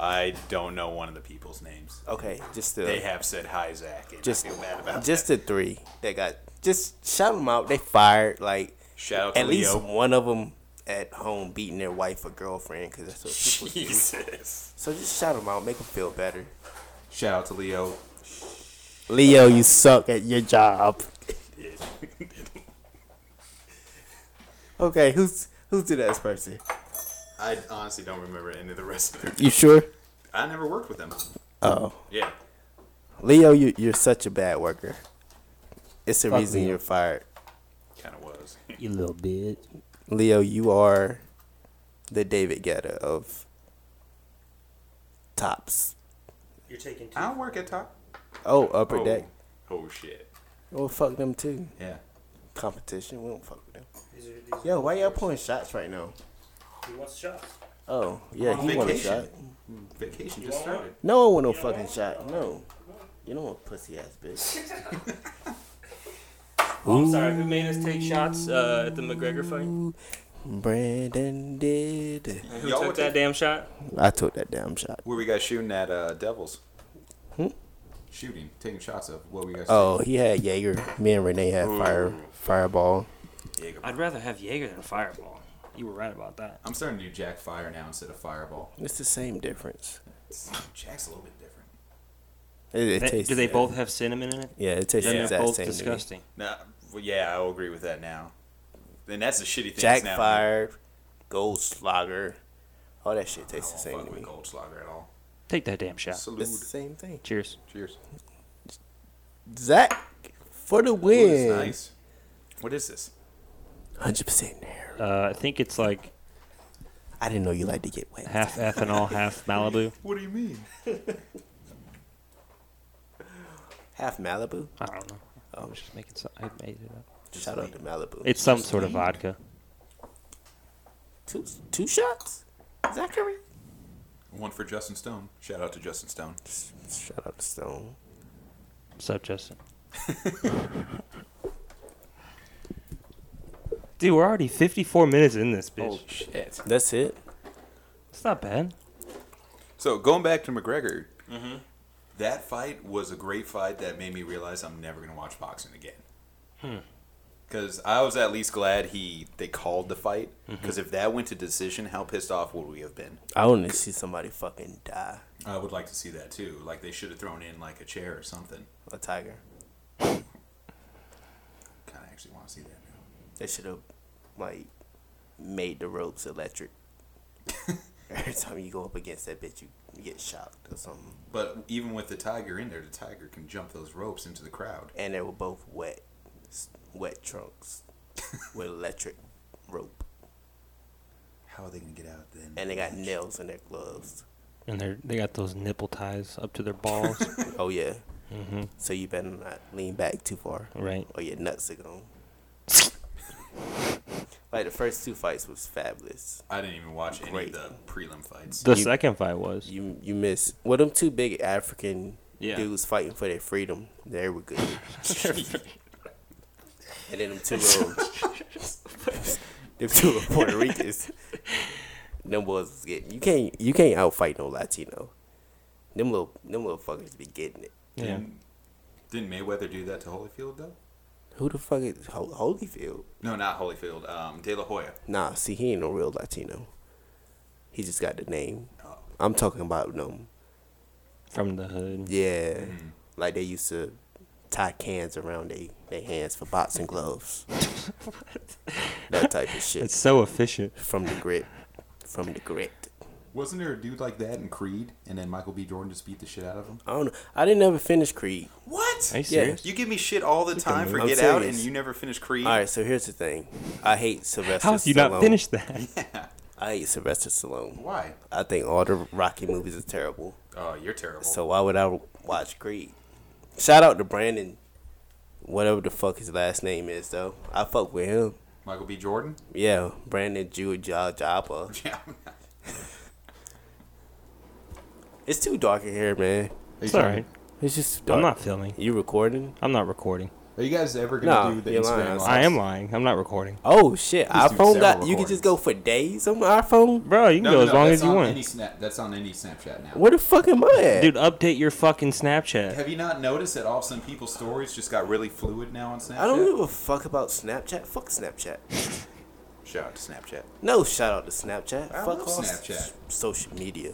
I don't know one of the people's names. Okay, just the They Uh, have said hi, Zach. And just I feel bad about just the three that got just shout them out. They fired like that. Shout out to at least Leo. one of them at home beating their wife or girlfriend because that's what people do. Jesus. So just shout them out, make them feel better. Shout out to Leo. Leo, you suck at your job. okay, who's who's the next person? I honestly don't remember any of the rest of them. You sure? I never worked with them. Oh, Yeah. Leo, you you're such a bad worker. It's the reason Leo. you're fired. Kind of was. You little bitch. Leo, you are the David Guetta of tops. You're taking two. I don't work at Top. Oh, Upper Deck. Oh, shit. Well, fuck them too. Yeah. Competition, we don't fuck with them. These are, these Yo, why y'all pulling shots right now? He wants shots. Oh, yeah, On he want a shot. vacation. Vacation just started. No, I want no fucking shot. No. You don't want pussy ass bitch. Oh, I'm sorry, who made us take shots uh, at the McGregor fight? Brandon did. Who Y'all were took that taking- damn shot? I took that damn shot. Where we guys shooting at uh, Devils? Shooting, taking shots of what we guys. Oh, he had Jaeger. Me and Renee had fire fireball. taking. I'd rather have Jaeger than Fireball. You were right about that. I'm starting to do Jack Fire now instead of Fireball. It's the same difference. Jack's a little bit different. It, it They, tastes do they both have cinnamon in it? Yeah, it tastes the Yeah. They're exact both same. to me. disgusting. Nah, well, yeah, I will agree with that now. Then that's the shitty thing. Jack now. Fire, Goldschlager, all that shit I tastes don't Oh, the same fuck to with me. Goldschlager at all. Take that damn shot. It's the same thing. Cheers. Cheers. Zach for the Ooh, it's win. nice. What is this? Hundred percent there. Uh, I think it's like I didn't know you liked to get wet. half ethanol, half Malibu. What do you mean? Half Malibu. I don't know. Oh, I was just making some. I made it up. Shout out to Malibu. It's some sort of vodka. two two shots. Zachary. One for Justin Stone. Shout out to Justin Stone. Shout out to Stone. What's up, Justin? Dude, we're already 54 minutes in this bitch. shit. That's it. It's not bad. So going back to McGregor, that fight was a great fight that made me realize I'm never gonna watch boxing again. Because I was at least glad he they called the fight. Because if that went to decision, how pissed off would we have been? I want to see somebody fucking die. I would like to see that too. Like they should have thrown in like a chair or something. A tiger. Kind of actually want to see that now. They should have like made the ropes electric. Every time you go up against that bitch, you, you get shocked or something. But even with the tiger in there, the tiger can jump those ropes into the crowd. And they were both wet, s- wet trunks with electric rope, How are they gonna get out then? and they got nails in their gloves. And they're, they got those nipple ties up to their balls. Oh yeah. So you better not lean back too far, right. or your nuts are gone. like the first two fights was fabulous. I didn't even watch any Great. of the prelim fights. The You- second fight was. You you miss well them two big African Yeah. dudes fighting for their freedom. They were good. and then them two little them two little Puerto Ricans. Them boys was getting you can't you can't outfight no Latino. Them little them little fuckers be getting it. yeah. Didn't Mayweather do that to Holyfield though? Who the fuck is Hol- Holyfield? No, not Holyfield. Um, De La Hoya. Nah, see he ain't no real Latino. He just got the name. Oh. I'm talking about them. From the hood. Yeah. Mm. Like they used to tie cans around they, they hands for boxing gloves. that type of shit. It's so efficient. From the grit. From the grit. Wasn't there a dude like that in Creed, and then Michael B. Jordan just beat the shit out of him? I don't know. I didn't ever finish Creed. What? Are you Yeah. serious? You give me shit all the time me. for I'm Get Out, and serious. you never finish Creed. All right, so here's the thing. I hate Sylvester. How have you Stallone. not finished that? I hate Sylvester Stallone. Why? I think all the Rocky movies are terrible. Oh, you're terrible. So why would I watch Creed? Shout out to Brandon, whatever the fuck his last name is though. I fuck with him. Michael B. Jordan? Yeah, Brandon Jew Japa. Yeah. It's too dark in here, man. It's alright. It's just too dark. I'm not filming. You recording? I'm not recording. Are you guys ever gonna No, do the you're lying. Instagram I am lying. I'm not recording. Oh shit! do iPhone got. several You can just go for days on the iPhone. Bro, you can go as long as you want. that's on any Snapchat now. Where the fuck am I at? Dude, update your fucking Snapchat. Have you not noticed that all of a sudden people's stories just got really fluid now on Snapchat? I don't give a fuck about Snapchat. Fuck Snapchat. Shout out to Snapchat. No shout out to Snapchat. I fuck love all Snapchat. s- social media.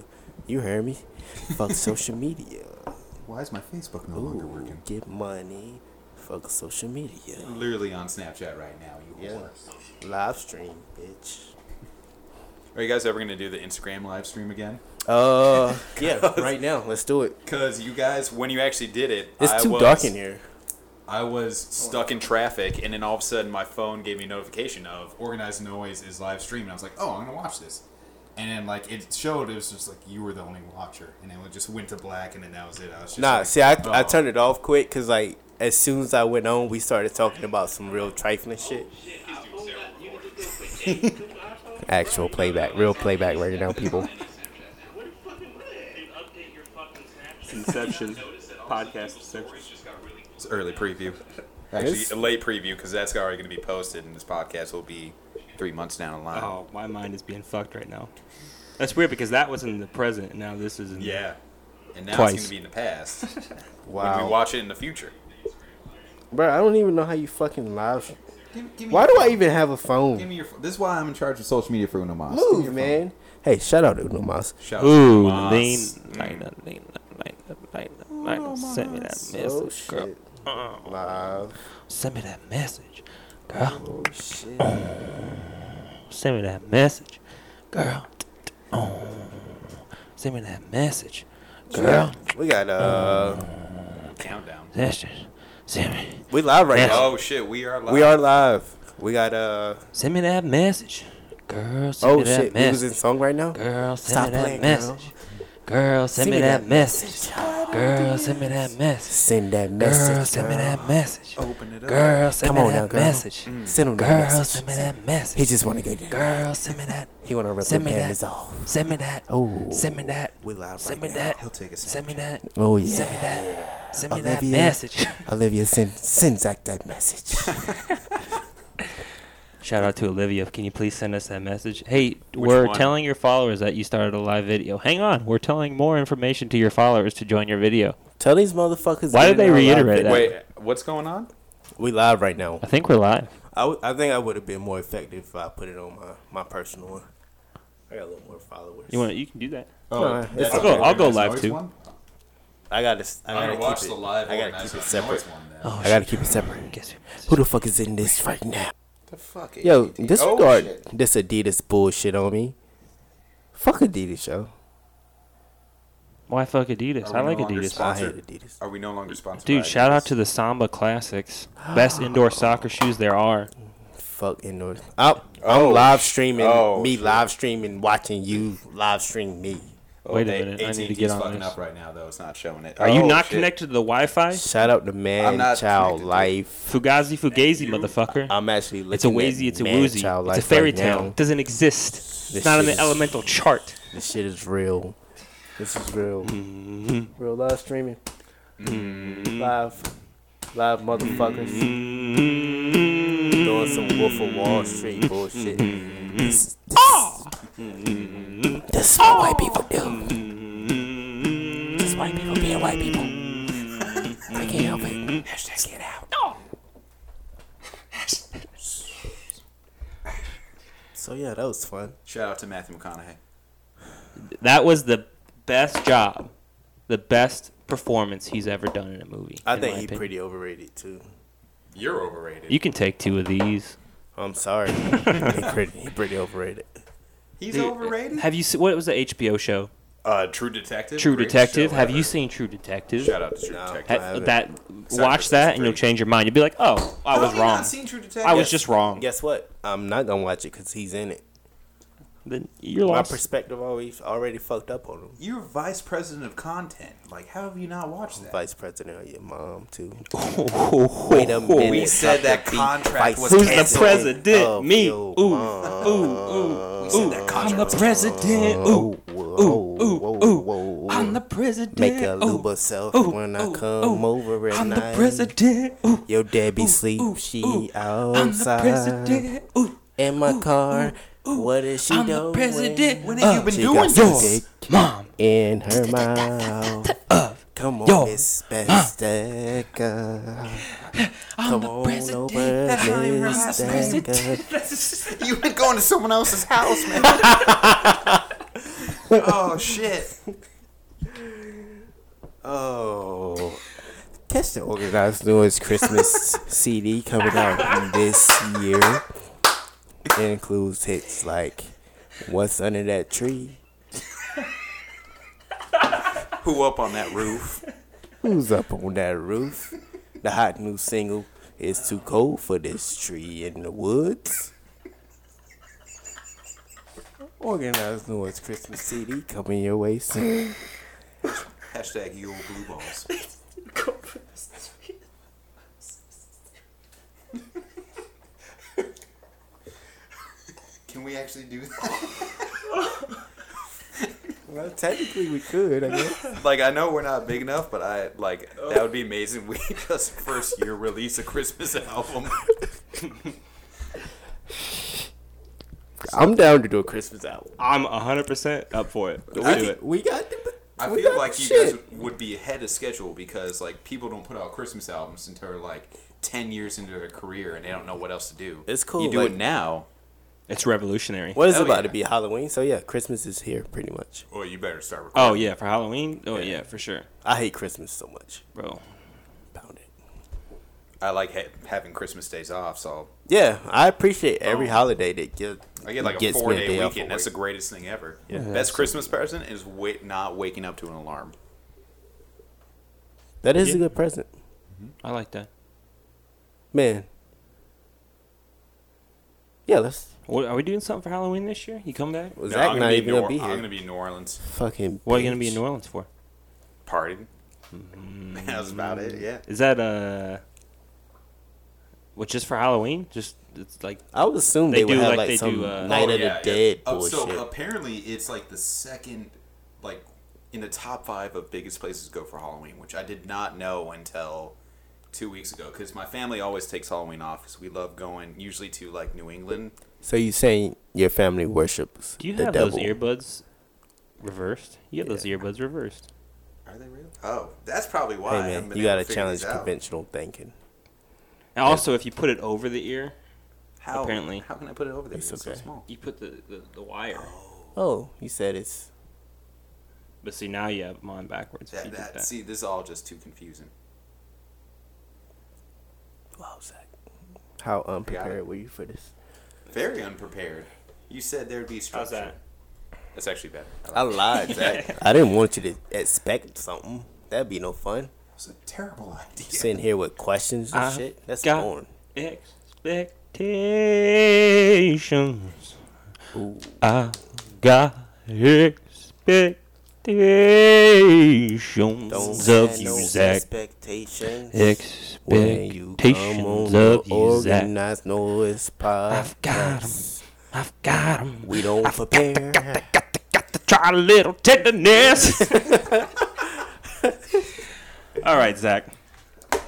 You heard me? fuck social media. Why is my Facebook no longer Ooh, working? get money. Fuck social media. Literally on Snapchat right now. You Yeah. whore. Live stream, bitch. Are you guys ever gonna do the Instagram live stream again? Uh, yeah. Right now, let's do it. Cause you guys, when you actually did it, It's I too was, dark in here. I was stuck in traffic, and then all of a sudden, my phone gave me a notification of "Organized Noise is live streaming." I was like, "Oh, I'm gonna watch this," and then like it showed, it was just like you were the only watcher, and then it just went to black, and then that was it. I was just Nah, like, see, I, I oh. turned it off quick because like as soon as I went on, we started talking about some real trifling shit. Actual playback, real playback right now, people. Inception. Podcast Inception. It's early preview, actually It's- a late preview because that's already gonna be posted, and this podcast will be three months down the line. Oh, my mind is being fucked right now. That's weird because that was in the present and now this is in Yeah, and now Twice. it's gonna be in the past. When we Wow, watch it in the future. bro, I don't even know how you fucking live. Give, give me Why your do I phone. even have a Give phone? me your. ph- This is why I'm in charge of social media for Uno Mas. Give me your Move, phone. man. Hey, shout out to Uno Mas. Shout out to Ooh, Uno Mas. lean, Mm. line up, lean up, line up, line up, line up. Send me that Oh message, girl. shit, live. Send me that message. Girl. Send me that message. Girl. Send me that message. Girl. We got uh, Countdown. That's just- Send me. we live right now. Oh shit, we are live. We are live. We got uh. Send me that message. Girl, send Oh me that shit, we was in message. song right now. Girl, send Stop me that playing, girl. message. Girl, send, me, that, message. Girl, send me that message. Send that message. Girl, send me girl. that message. Open it up. Girl, send Come me on that now, girl. Mm. message. Mm. Send him that Girl, message. send me that He message. just want to get it. Girl, send me that. He want to rip Send his me hands that. off. Send me that. Oh. Send me that. We live Send me right now. that. He'll take a Send me that. Oh yeah. Send me that. Send me that Olivia. message. Olivia, send send Zach that message. Shout out to Olivia. Can you please send us that message? Hey, Which we're one? telling your followers that you started a live video. Hang on. We're telling more information to your followers to join your video. Tell these motherfuckers. get Why did in they our live reiterate video. that? Wait, what's going on? We live right now. I think we're live. I, w- I think I would have been more effective if I put it on my, my personal one. I got a little more followers. You want? You can do that. Oh, it's I'll okay. go. I'll go There's live noise too. one? I gotta. s- I I'm gotta gonna watch keep the it. live. I one. gotta That's keep it a separate. noise one then. Oh, I gotta keep it separate. Guess your Who the fuck is in this right now? The fuck? Yo, ADD? disregard Oh, shit. this Adidas bullshit on me. Fuck Adidas, yo. Why fuck Adidas? Are I we like no longer Adidas. sponsored? I hate Adidas. Are we no longer sponsored? Dude, by shout out Adidas? to the Samba Classics. Best indoor soccer shoes there are. Fuck indoor. I'm, I'm live streaming. Oh, me shit. live streaming, watching you live stream me. Oh, Wait a they- minute, I need to AT&T's get on fucking this. up right now though. It's not showing it. Are you Oh, not shit. connected to the Wi-Fi? Shout out to I'm man, not child connected to it. life. Fugazi Fugazi, motherfucker. I'm actually looking It's a at wazy, it's a man, woozy. child It's a life fairy right tale. now. Doesn't exist. This It's not on shit the is- elemental chart. This shit is real. This is real. Real live streaming. Live. Live motherfuckers. Doing some Wolf of Wall Street bullshit. This, this, this is what white people do. This is white people being white people. I can't help it. Hashtag get out. So yeah, that was fun. Shout out to Matthew McConaughey. That was the best job, the best performance he's ever done in a movie. I in think my he opinion. pretty overrated too. You're overrated. You can take two of these. I'm sorry. he pretty, he pretty overrated. He's overrated. Have you seen what was the HBO show? Uh, True Detective. True Greatest Detective. show Have ever. you seen True Detective? Shout out to True No. Detective. I Ha- haven't. that Sorry, watch that and season you'll three. change your mind. You'll be like, oh, I How was have you wrong. Not seen True Detective. I was just wrong. Guess what? I'm not gonna watch it because he's in it. Then you're My lost. perspective always already fucked up on him. You're vice president of content. Like, how have you not watched that? Vice president of your mom too. Wait a minute. We said that Dr. B. contract Vice was Who's the canceled. president? of Me. your Ooh, mom. ooh, ooh, ooh. that I'm contract the was president. Ooh, Whoa, ooh, whoa, ooh. whoa. I'm the president. Make a Ooh, luba self ooh, when I ooh, come ooh. over at I'm the night. president. Ooh, Your Debbie sleep, ooh, she ooh. I'm the outside president. Ooh, in my car. What is she I'm doing? the president. When have you been She doing got some this? dick Mom. in her mouth. Come Yo. on, Miss Bestica. Come the on president. over, Miss Bestica. You've been going to someone else's house, man. oh shit. Oh. Catch the Organized Noise Christmas CD coming out this year. It includes hits like What's Under That Tree? Who up on that roof? Who's up on that roof? The hot new single is too cold for this tree in the woods. Organized Noise Christmas CD coming your way soon. Hashtag you old blue balls. Can we actually do that? Well, technically we could, I guess. Like I know we're not big enough, but I like that would be amazing. We just first year release a Christmas album. I'm down to do a Christmas album. I'm 100% up for it. Let's do it. We got the. I we feel got like the you shit. guys would- would be ahead of schedule because like people don't put out Christmas albums until like ten years into their career and they don't know what else to do. It's cool, You do like- it now. It's revolutionary. What is it Hell about yeah. to be Halloween? So yeah, Christmas is here pretty much. Well, you better start recording. Oh, yeah, for Halloween? Oh, yeah, for sure. I hate Christmas so much. Bro, Pound it. I like ha- having Christmas days off, so Yeah, I appreciate every Oh. holiday that gives. I get like a gets me four day off weekend. of That's the work. greatest thing ever. Best Christmas present is wait, not waking up to an alarm. that is a good present, I like that. man. Yeah, let's. What are we doing something for Halloween this year? You come back? Well, No, Zach I'm not be even New gonna be Or- here. I'm gonna be in New Orleans Fucking. What are you gonna be in bitch. New Orleans for? partying. That's about it. Yeah. Is that uh, what just for Halloween? Just it's like I would assume they, They would do have like like, they some do, uh, Night Oh, of yeah, yeah. the Dead Oh, bullshit. So apparently, it's like the second, like in the top five of biggest places to go for Halloween, which I did not know until two weeks ago. Because my family always takes Halloween off because we love going usually to like New England. so you saying your family worships do you the have devil? those earbuds reversed? You have those earbuds reversed. Are they real? Oh, that's probably why. I hey man, haven't been you able gotta to figure challenge these out. conventional thinking. And also, if you put it over the ear, How, apparently. how can I put it over there? It's It's so okay. small. you put the, the, the wire. Oh, you said it's But see, now you have mine backwards. if That, you did that, that. See, this is all just too confusing. wow, Zach. How Got unprepared it. were you for this? Very unprepared. You said there'd be structure. How's that? That's actually better. I lied, Zach. I didn't want you to expect something. That'd be no fun. It's a terrible idea. Sitting here with questions and I shit. That's Uh-huh. got- boring. Expectations. I got expectations have of no you, Zach. Expectations. When you come Expectations on the of you, Zach. organized noise I've got 'em. podcast. I've got 'em. We don't prepare. got to try a little tenderness. All right, Zach.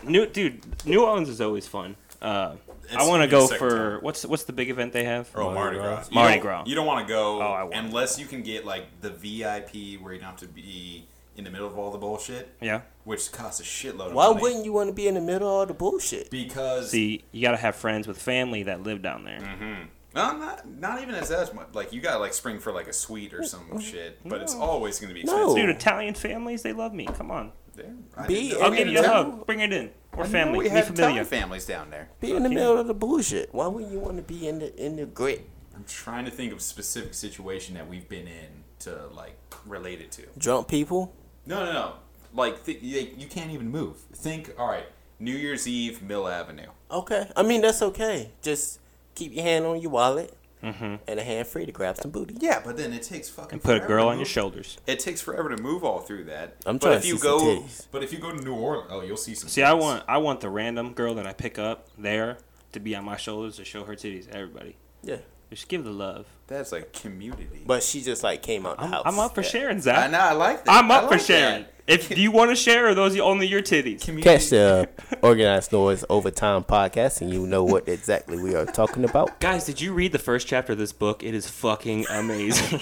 New dude, New Orleans is always fun. Uh, I It's- want to it's go sick for time. what's what's the big event they have? Oh, Mardi Gras. You Mardi don't- Gras. Oh, You don't want to go I want Unless you can get like the VIP where you don't have to be in the middle of all the bullshit, Yeah. which costs a shitload of Why money. wouldn't you want to be in the middle of all the bullshit? Because See, you gotta have friends with family that live down there. Mm-hmm. well, not not even as that much. Like you gotta like spring for like a suite or Mm-hmm. some shit, but it's always gonna be expensive. Dude, Italian families, they love me. Come on, There, I Be- didn't know I'll I'll we give had you a Italian- hug. Bring it in. We're I didn't know family. We We had familiar. Italian families down there. Be in the middle of the bullshit. Why wouldn't you want to be in the in the grit? I'm trying to think of specific situation that we've been in to like relate it to. Drunk people? No, no, no. Like th- you you can't even move. Think, all right, New Year's Eve, Mill Avenue. Okay. I mean that's okay. Just keep your hand on your wallet Mm-hmm. and a hand free to grab some booty. Yeah, but then it takes fucking. And put a forever girl to on your move. shoulders. It takes forever to move all through that. I'm but trying if to you see some go, titties. But if you go to New Orleans, oh, you'll see some. See, I titties. want I want the random girl that I pick up there to be on my shoulders to show her titties. to Everybody, Yeah. just give the love. That's like community. But she just like came out the I'm, house. I'm up for Yeah. sharing, Oh, I Zach. know I like that. I'm I up for like sharing. that. If do you want to share, or those only your titties? Community. Catch the Organized Noise Overtime podcast and you know what exactly we are talking about. Guys, did you read the first chapter of this book? It is fucking amazing.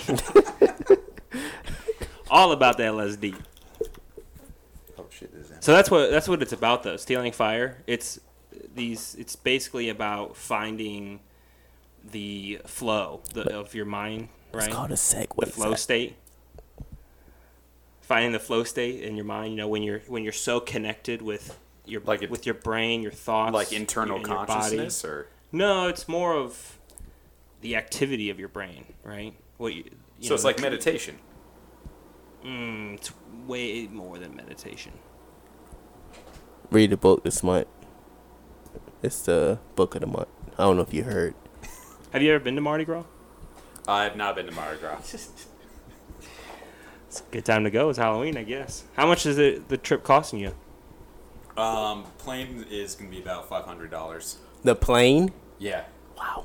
All about the LSD. Oh shit! This is So that's what that's what it's about though. Stealing fire. It's these. It's basically about finding the flow the, of your mind. Right. It's called a segue. the flow state finding the flow state in your mind you know when you're when you're so connected with your Like it- with your brain your thoughts like internal and your body. consciousness, or no it's more of the activity of your brain right what you, you so it's know, like meditation. mm, it's way more than meditation Read the book this month. It's the book of the month. I don't know if you heard. have you ever been to mardi gras I've not been to Mardi Gras. it's a good time to go it's halloween i guess how much is it the trip costing you Um, plane is gonna be about five hundred dollars. The plane? Yeah. Wow.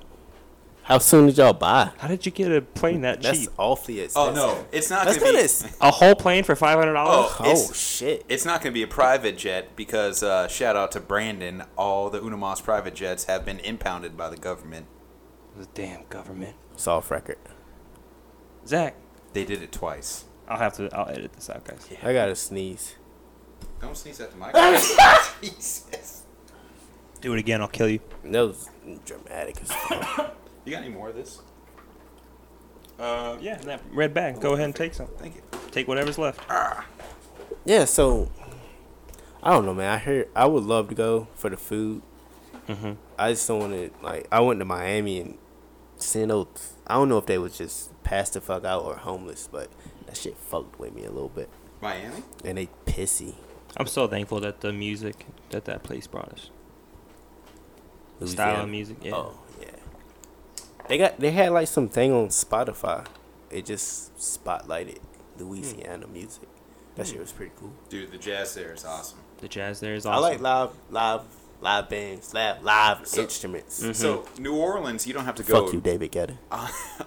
How soon did y'all buy? how did you get a plane that That's cheap awfully expensive. Oh no, it's not That's gonna not be. as. a whole plane for $500 Oh, Oh it's- shit. It's not going to be a private jet because uh, shout out to Brandon. All the Unamas private jets have been impounded by the government. the damn government It's off record. zach They did it twice. i'll have to i'll edit this out guys I gotta sneeze. Don't sneeze at the microphone. Jesus. do it again i'll kill you That was dramatic as fuck. You got any more of this? Uh, yeah, that red bag. Go ahead and take some. Thank you. Take whatever's left. yeah, so I don't know, man. I heard I would love to go for the food. I just don't want to like. I went to Miami and seeing those. I don't know if they was just passed the fuck out or homeless, but that shit fucked with me a little bit. Miami? And they pissy. I'm so thankful that the music that that place brought us. The style Louisiana. of music. Yeah. Oh yeah. They got they had like some thing on Spotify. It just spotlighted Louisiana music. That shit was pretty cool. Dude, the jazz there is awesome. Mm-hmm. The jazz there is I awesome. like live live live bands, live live So- instruments. So New Orleans, you don't have to go Fuck you, David Guetta.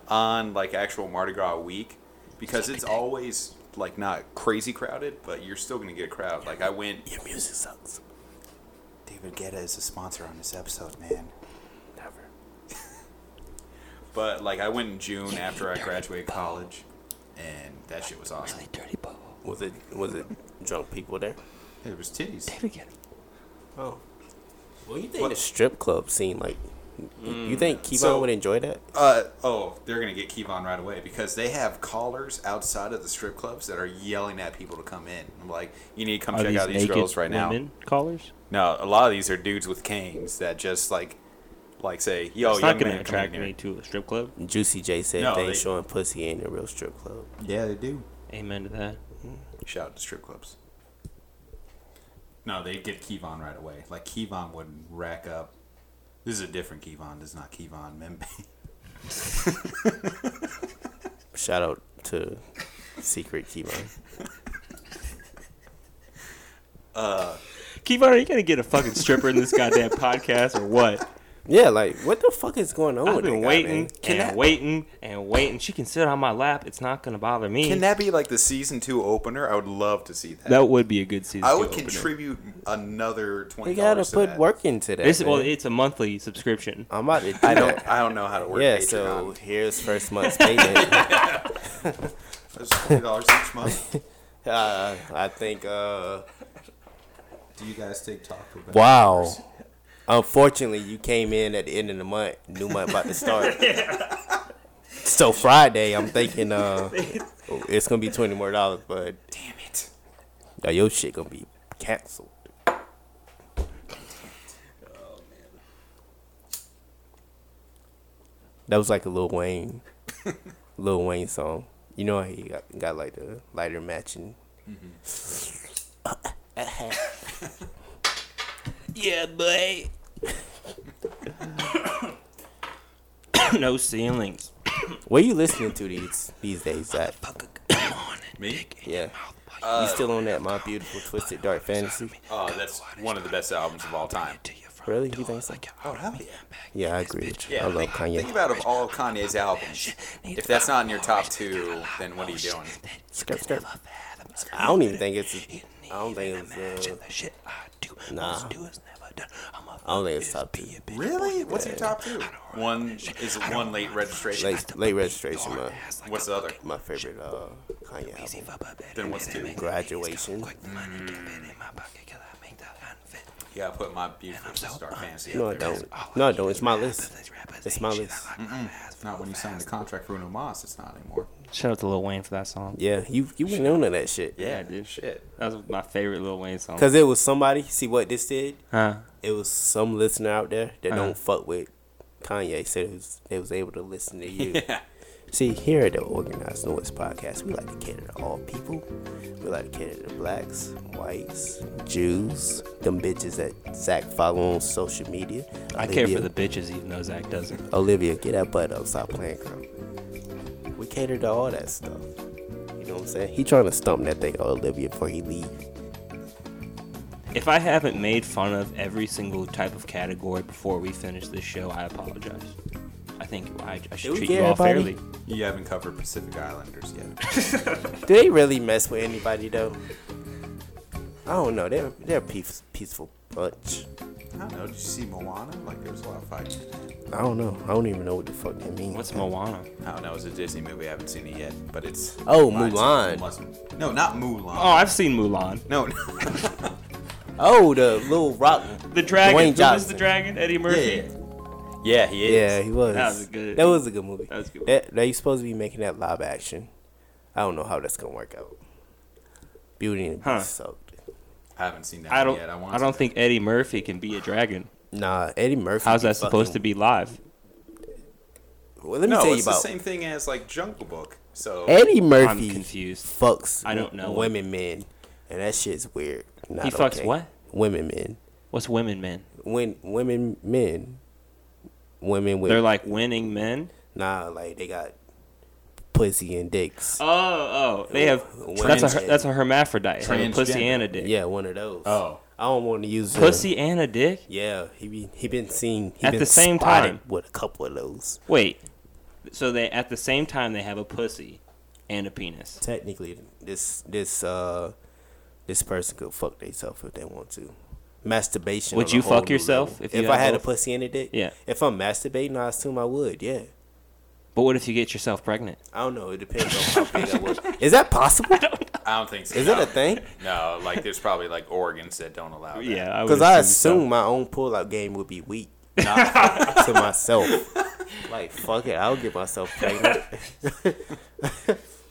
on like actual Mardi Gras week because it's always like not crazy crowded, but you're still gonna get a crowd. Like I went. Your music sucks. David Guetta is a sponsor on this episode, man. Never. but like I went in June after I graduated college, and that shit was awesome. dirty bow. Was it was it drunk people there? There was titties. Oh. Well, you think What- the strip club scene like? you think Kevon So- would enjoy that? Uh oh, they're gonna get Kevon right away because they have callers outside of the strip clubs that are yelling at people to come in. I'm like, you need to come Are check these out these naked girls right now. women callers? No, a lot of these are dudes with canes that just like, like say, yo, it's young not going man, to come in attract here." me to a strip club. Juicy J said No, they ain't they- showing pussy in a real strip club. Yeah, they do. Amen to that. Shout out to strip clubs. No, they get Kevon right away. Like Kevon would rack up. This is a different Kevon. This is not Kevon Membe. Shout out to Secret Kevon. Kevon, are you going to get a fucking stripper in this goddamn podcast or what? Yeah, like what the fuck is going on? I've with been that guy, waiting man? and that, waiting and waiting. She can sit on my lap. It's not going to bother me. Can that be like the season two opener? I would love to see that. That would be a good season. I would two opener. contribute another twenty. They gotta to put that. work into that. This well, man. it's a monthly subscription. I'm about to do I that. don't. I don't know how to work. um, Yeah, Patreon. so here's first month's payment. that's twenty dollars each month. uh, I think. uh Do you guys take talk for Wow. Unfortunately, you came in at the end of the month. New month about to start. So Friday, I'm thinking uh it's gonna be twenty more dollars, but Damn it! now your shit gonna be canceled. That was like a Lil Wayne, Lil Wayne song. You know how he got, got like the lighter matching. Yeah, boy. no ceilings. What you listening to these these days? That Me? yeah, you still on that My Beautiful Twisted Dark Fantasy? Oh, that's one of the best albums of all time. Really? You think so? Oh hell yeah! Yeah, I agree. With you. Yeah, I love think, think Kanye. about of all Kanye's albums. If that's not in your top two, then what are you doing? Skirt, skirt. I don't even think it's. I don't think it's. Uh, shit I do. nah, Do is never done. I'm a I don't think it's top two. Really? What's your top two? One is one late registration. Late, late registration, my ass like What's the other? my favorite uh, Kanye album. a bubba better. Then what's two? Graduation. Quick the money dip it in my pocket 'cause I make the hand fit. Yeah, I put my beautiful Star Fantasy. No, I up there. don't. No, I don't. It's my list. These rappers It's ain't my shit. list. I like my ass Not when you signed the contract for Bruno Mars. It's not anymore. Shout out to Lil Wayne for that song. Yeah, you you went on to that shit. Yeah, dude. Shit. That was my favorite Lil Wayne song. Cause it was somebody. See what this did? Huh? It was some listener out there that Uh-huh. don't fuck with Kanye. Said it was, they was able to listen to you. See, here at the Organized Noise Podcast, we like to cater to all people. We like to cater to blacks, whites, Jews, them bitches that Zach follow on social media. I care for Olivia- the bitches, even though Zach doesn't. Olivia, get that butt up, stop playing, girl. We cater to all that stuff. You know what I'm saying? He trying to stump that thing on Olivia before he leave. If I haven't made fun of every single type of category before we finish this show, I apologize. I think I, I should we treat get you all everybody? fairly. You haven't covered Pacific Islanders yet. Do they really mess with anybody though? I don't know. They're they're a peace, peaceful bunch. I don't know. Did you see Moana? Like there was a lot of fighting. I don't know. I don't even know what the fuck that means. What's Moana? I don't know. It's a Disney movie. I haven't seen it yet, but it's. Oh, Mine's Mulan. Muslim. No, not Mulan. Oh, I've seen Mulan. no, no. Oh, the little rock. The dragon. Dwayne Who was the Johnson. dragon? Eddie Yeah, Murphy. yeah. Yeah, he is. Yeah, he was. That was a good- That was a good movie. That was a good That, they supposed to be making that live action. I don't know how that's gonna work out. Beauty and the Huh. Beast sucked. I haven't seen that I don't. yet. I, want I to don't though. think Eddie Murphy can be a dragon. Nah, Eddie Murphy. How's be that supposed to fucking- be live? Well, let me no, tell you it's about Eh? the same thing as like Jungle Book. So Eddie Murphy. I'm confused. Fucks. I don't know. women, men, and that shit's weird. Not He fucks okay. what? Women, men. What's women men? When women, men. Women with They're like winning men. nah, like they got pussy and dicks. Oh, oh, they have. Women- That's a her- that's a hermaphrodite. Have a pussy Transgender. and a dick. Yeah, one of those. Oh. I don't want to use the- Pussy and a dick. Yeah, he be, he been seen he At been the same spotted time. with a couple of those. Wait. So they at the same time they have a pussy and a penis. Technically, this this uh this person could fuck themselves if they want to. Masturbation. Would on a you whole fuck new yourself level. if if, you I had had both? a pussy and a dick? Yeah. If I'm masturbating, I assume I would. Yeah. But what if you get yourself pregnant? I don't know. It depends on how big I was. Is that possible? I don't think so. Is it no. a thing? No, like there's probably like organs that don't allow that. Yeah, Because I assume my own pull out game would be weak not to myself. Like, fuck it, I'll get myself pregnant.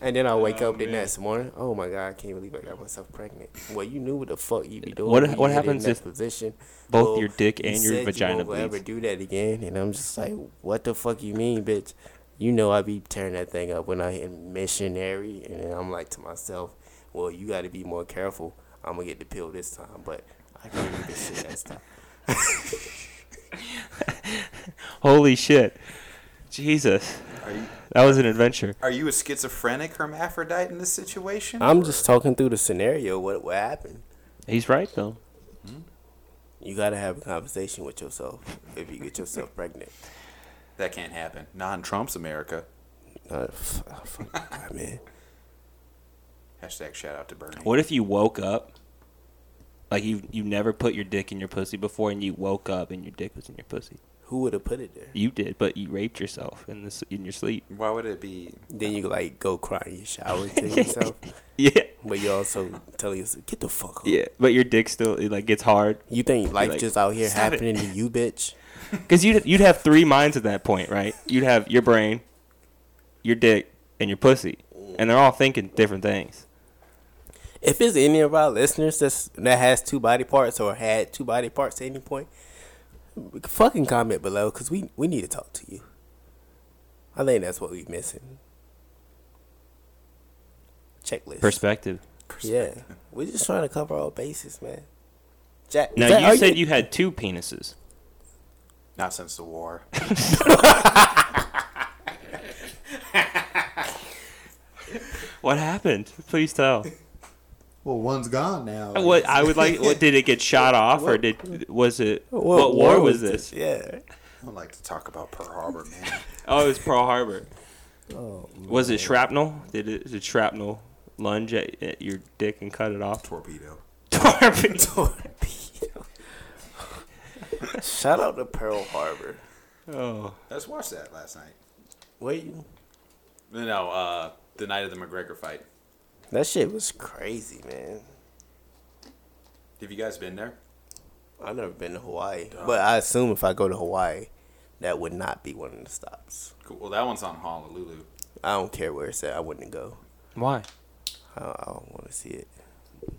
and then I'll wake up the next morning. Oh my God, I can't believe I got myself pregnant. Well, you knew what the fuck you be doing. What- when you what get in happens that if position. both Well, your dick and you your said you vagina won't ever bleeds? do that again. And I'm just like, what the fuck you mean, bitch? You know I be tearing that thing up when I hit missionary. And then I'm like to myself, well, you got to be more careful. I'm going to get the pill this time. But I can't do this shit that time. Holy shit. Jesus. Are you That was an adventure. are you a schizophrenic hermaphrodite in this situation? I'm just talking through the scenario. What what happened? He's right though. You gotta have a conversation with yourself if you get yourself pregnant. that can't happen. Not in Trump's America. Uh, f- oh, fuck, God, man. Hashtag shout out to Bernie. What if you woke up like you you never put your dick in your pussy before and you woke up and your dick was in your pussy. Who would have put it there? You did, but you raped yourself in this in your sleep. Why would it be? Then you like go cry in your shower to yourself, Yeah. but you also tell yourself, "Get the fuck up." Yeah, but your dick still it like gets hard You think life like, just out here "Stop it." happening to you, bitch? Because you'd you'd have three minds at that point, right? You'd have your brain, your dick, and your pussy, and they're all thinking different things. If it's any of our listeners that's, that has two body parts or had two body parts at any point, fucking comment below because we, we need to talk to you. I think that's what we're missing. Checklist. Perspective. yeah. We're just trying to cover all bases, man. Jack, Now Jack, you are said you had two penises. Not since the war. What happened? Please tell. Uh, Well, one's gone now. What I would like. What did it get shot off, or did was it? What, war, was this? Yeah. I don't like to talk about Pearl Harbor, man. Oh, it was Pearl Harbor. was it shrapnel? Did it, did shrapnel lunge at, at your dick and cut it off? Torpedo. Torpedo. Torpedo. Shout out to Pearl Harbor. Oh. Let's watch that last night. Wait, No, uh, the night of the McGregor fight. that shit was crazy, man. Have you guys been there? I've never been to Hawaii, but I assume if I go to Hawaii, that would not be one of the stops. Cool. Well, that one's on Honolulu. I don't care where it's at. I wouldn't go. Why? I don't, I don't want to see it.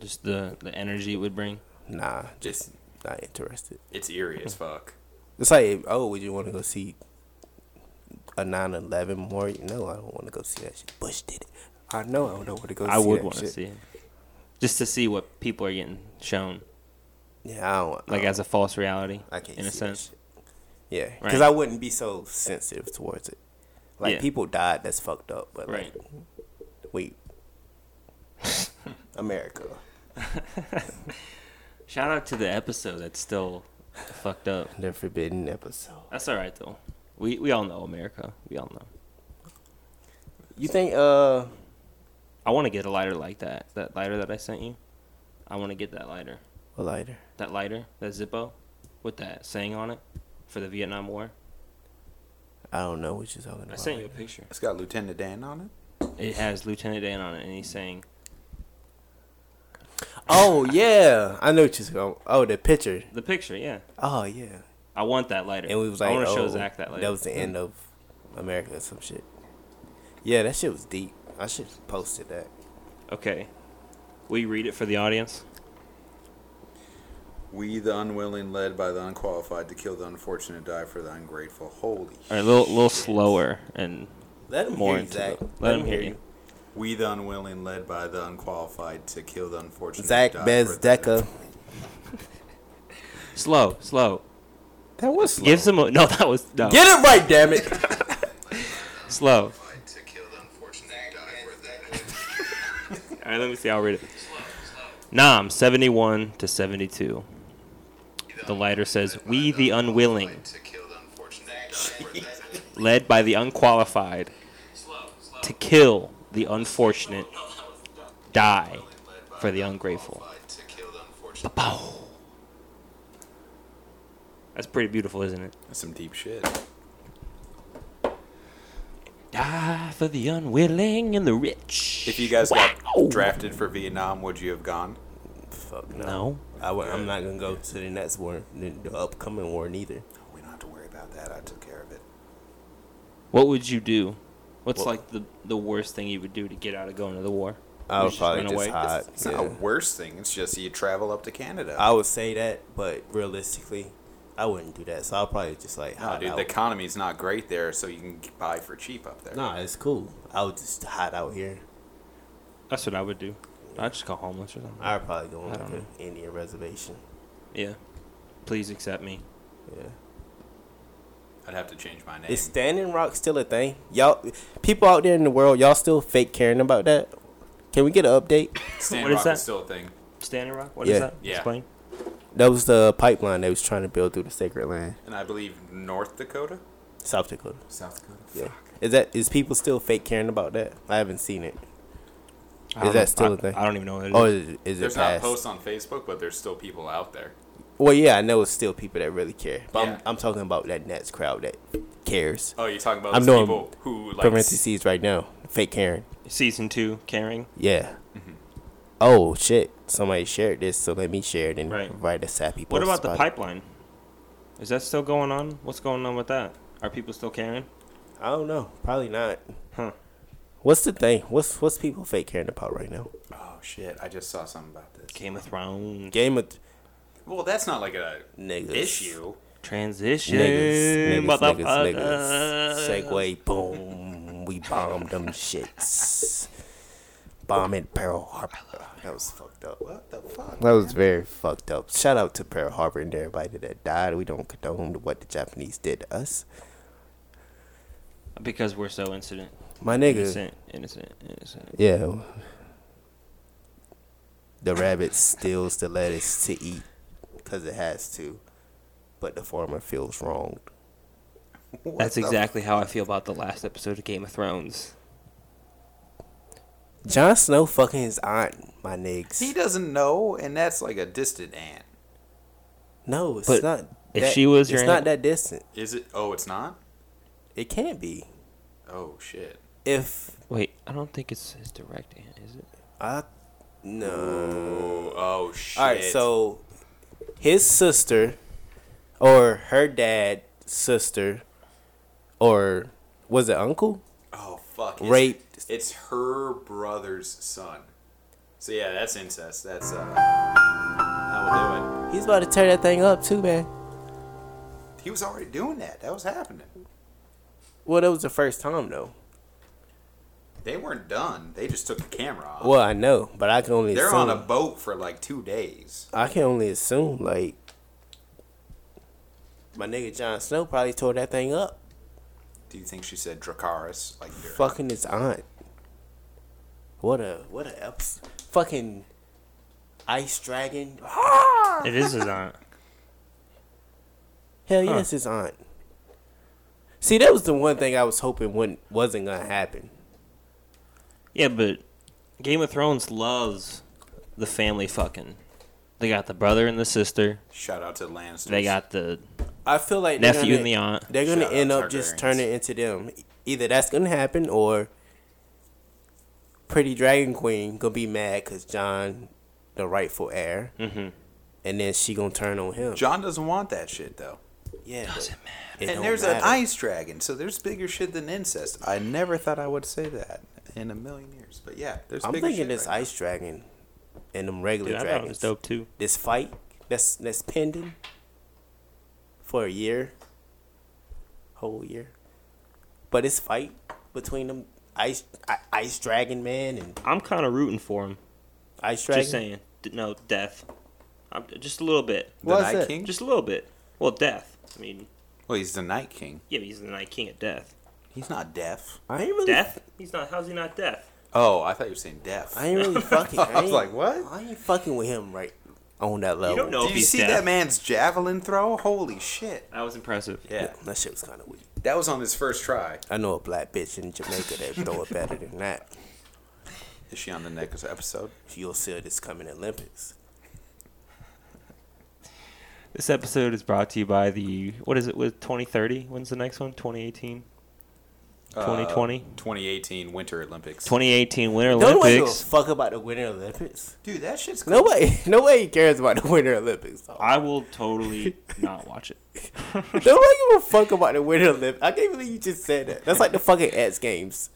Just the the energy it would bring. Nah, Just not interested. it's eerie as fuck. It's like, oh, would you want to go see a 9/11 memorial? No, I don't want to go see that shit. Bush did it. I know. I don't know where to go. I see would that want to shit. see it. Just to see what people are getting shown, Yeah, I don't. like I, as a false reality, Oh. I can't. in see a sense. That shit. Yeah, Right. because I wouldn't be so sensitive towards it. Like Yeah. people died. That's fucked up. But Right. like, wait, America. Shout out to the episode that's still fucked up. The forbidden episode. That's all right though. We we all know America. We all know. You think uh I want to get a lighter like that. That lighter that I sent you. I want to get that lighter. a lighter? That lighter. That Zippo, with that saying on it, for the Vietnam War. I don't know what you're talking about. I sent you a picture. It's got Lieutenant Dan on it. It has Lieutenant Dan on it, and he's saying, Oh yeah, I know what you're talking. Oh, the picture. "The picture, yeah, Oh yeah. I want that lighter." And we was like, "I want to oh, show Zach that lighter." was the end of America or some shit. Yeah, that shit was deep. I should have posted that. Okay. Will you read it for the audience? We, the unwilling, led by the unqualified to kill the unfortunate, die for the ungrateful. Holy All right, a little, little slower and Let him more hear you, into Zach. it. Let him hear you. We, the unwilling, led by the unqualified to kill the unfortunate. Zach die for the- Bezdeka. Slow, slow. That was slow. Give some. No, that was no. Get it right, damn it. Slow. All right, let me see. I'll read it. Nam, 71 to 72. The lighter says, We the unwilling, led by the unqualified, to kill the unfortunate, die for the ungrateful. Ba-pow. That's pretty beautiful, isn't it? That's some deep shit. Die for the unwilling and the rich. If you guys Wow. got drafted for Vietnam, would you have gone? Fuck no. No. I would, I'm not gonna go to the next war, the, the upcoming war neither. We don't have to worry about that. I took care of it. What would you do? What's What- like the, the worst thing you would do to get out of going to the war? I You would just probably run just away? hide. It's yeah. not a worst thing. It's just you travel up to Canada. I would say that, but realistically, I wouldn't do that. So I'll probably just like No, hide Oh, dude, out. the economy's not great there, so you can buy for cheap up there. nah, it's cool. I would just hide out here. That's what I would do. I'd just call homeless or something. I'd probably go on I don't like an Indian reservation. Yeah. Please accept me. Yeah. I'd have to change my name. Is Standing Rock still a thing? Y'all, people out there in the world, y'all still fake caring about that? Can we get an update? Stand What is Rock that? is still a thing. Standing Rock? What is Yeah. that? Yeah. Explain. That was the pipeline they was trying to build through the sacred land, And I believe North Dakota? South Dakota. South Dakota? Yeah. Is that is people still fake caring about that? I haven't seen it. I don't that know- still I- a thing? Oh, I don't even know what it is. Or is it, is it There's not past? posts on Facebook, but there's still people out there. well, yeah, I know it's still people that really care, but Yeah. I'm, I'm talking about that Nets crowd that cares. Oh, you're talking about I'm doing those people who like s- Parentheses right now, fake caring. Season two, caring. Yeah. Mm-hmm. Oh shit! Somebody shared this, so let me share it and Right. write a sappy post. What about the it. pipeline? Is that still going on? What's going on with that? Are people still caring? I don't know. Probably not. Huh. What's the thing? What's what's people fake caring about right now? Oh shit! I just saw something about this. Game of Thrones. Game of Well, that's not like a niggas. issue. Transition. Niggas, niggas, niggas, niggas. motherfucker. Segway, boom. We bombed them shits. Bombing Pearl Harbor. That was fucked up. What the fuck? That was very fucked up. Shout out to Pearl Harbor and everybody that died. We don't condone what the Japanese did to us. Because we're so incident. My nigga. Innocent, innocent, innocent. Yeah. The rabbit steals the lettuce to eat because it has to, but the farmer feels wronged. That's exactly how I feel about the last episode of Game of Thrones. Jon Snow fucking his aunt, my niggas. He doesn't know, and that's like a distant aunt. No, it's But not. if she was it's your not aunt- that distant. Is it? Oh, it's not. It can't be. Oh shit! If Wait, I don't think it's his direct aunt, is it? I no. Oh, oh shit! All right, so his sister or her dad's sister or was it uncle? oh fuck! It's, Raped. It's her brother's son. So yeah, that's incest. That's uh. That will do He's about to tear that thing up too, man. it. He was already doing that. That was happening. Well, that was the first time though. They weren't done. They just took the camera off. Well, I know, but I can only They're assume. on a boat for like two days. I can only assume like my nigga Jon Snow probably tore that thing up, Do you think she said Dracaris? Like you're- fucking his aunt. What a what a eps- fucking ice dragon. It is his aunt. Hell yes, his aunt. See, that was the one thing I was hoping wouldn't wasn't gonna happen. Yeah, but Game of Thrones loves the family fucking. They got the brother and the sister. Shout out to the Lannisters. They got the I feel like they're nephew gonna- and the aunt. They're gonna Shout out end up just Targaryens. turning into them. Either that's gonna happen, or Pretty Dragon Queen gonna be mad because John, the rightful heir, and then she gonna turn on him. John doesn't want that shit though. yeah, doesn't matter. and there's an ice dragon, so there's bigger shit than incest. I never thought I would say that in a million years, but yeah, there's. I'm bigger thinking shit this right ice dragon and them regular Dude, I thought it dragons. was dope too. This fight that's that's pending for a year, whole year. But it's fight between them ice I, ice dragon man and I'm kind of rooting for him. ice dragon. Just saying. D- No, death. I'm, just a little bit. Why the is Night that? King. Just a little bit. Well, death. I mean, well, he's the Night King. yeah, but he's the Night King of Death. He's not deaf. I ain't really. Death? He's not. How's he not death? Oh, I thought you were saying deaf. I ain't really fucking. I, I was ain't- like, what? I ain't fucking with him right on that level. don't know. Did you he's see deaf. that man's javelin throw? Holy shit! That was impressive. Yeah, That shit was kind of weak. that was on his first try. I know a black bitch in Jamaica that throw it better than that. Is she on the next episode? You'll see this coming Olympics. This episode is brought to you by the what is it with 2030? When's the next one? 2018, Uh, 2020, 2018 Winter Olympics. 2018 Winter Nobody gives a Olympics. fuck about the Winter Olympics. Dude, that shit's cool. Nobody, nobody cares about the Winter Olympics. Though. I will totally not watch it. Nobody give a fuck about the Winter Olympics. I can't believe you just said that. That's like the fucking X Games.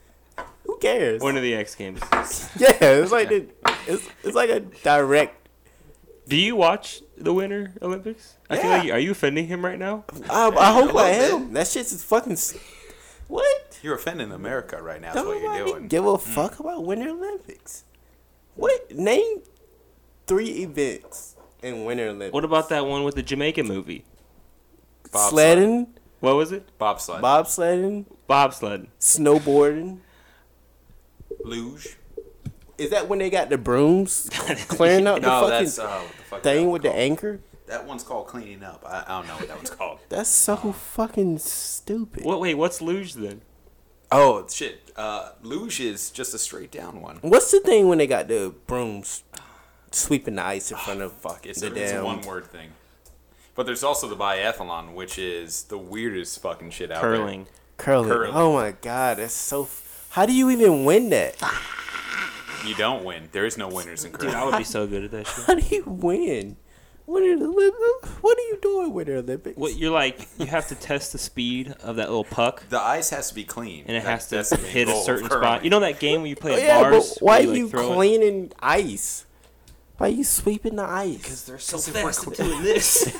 Who cares? When are the X Games? yeah, it's like the, it's, it's like a direct. Do you watch the Winter Olympics? I feel Yeah. like you, are you offending him right now? I, I hope I little am. That shit's just fucking. s- What? You're offending America right now. That's what Don't you're nobody doing. give a fuck about Winter Olympics. What? Name three events in Winter Olympics. What about that one with the Jamaica movie? Bobsled. sledding, What was it? Bobsled, bobsledding, Bobsled. snowboarding? luge. Is that when they got the brooms clearing up No, the that's fucking uh, what the fuck that thing one with the called? anchor? That one's called cleaning up. I, I don't know what that one's called. That's so fucking stupid. What? Wait, what's luge then? Oh shit! Uh, luge is just a straight down one. What's the thing when they got the brooms sweeping the ice in front of Fuck, it's, the a, it's a damn? one word thing. But there's also the biathlon, which is the weirdest fucking shit out Curling. Curling. Curling. Oh my god, that's so. F- How do you even win that? there. You don't win. There is no winners in curling. Dude, I would be so good at that shit. How do you win? What are, the- what- what are you doing with the Olympics? What you're like? You have to test the speed of that little puck. the ice has to be clean, and it That- has to that's the main hit a goal of certain curling. spot. You know that game where you play Oh, at yeah, bars? but why where are you throw it- cleaning ice? Why are you sweeping the ice? They're so fast at doing It's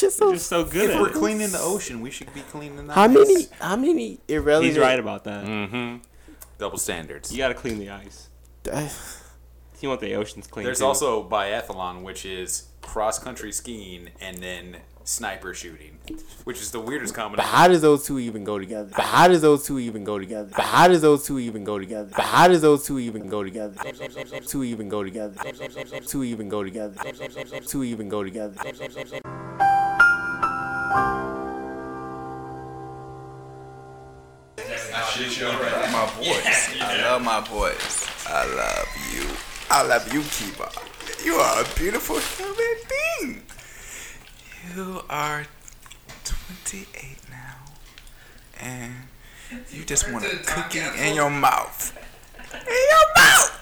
just so You're so good if at we're it. cleaning the ocean, we should be cleaning the How ice. many? How many irrelevant? He's right about that. double standards? You gotta clean the ice. You want the oceans clean. There's too. also biathlon, which is cross country skiing and then sniper shooting, which is the weirdest But combination. how does those two even go together? But how does those two even go together? But how does those two even go together? But how does those two even go together? Two even go together. Two even go together. Two even go together. I love my boys. I love you. I love you, Kiba. You are a beautiful human being. You are 28 now, and you just want a cookie in your mouth. In your mouth!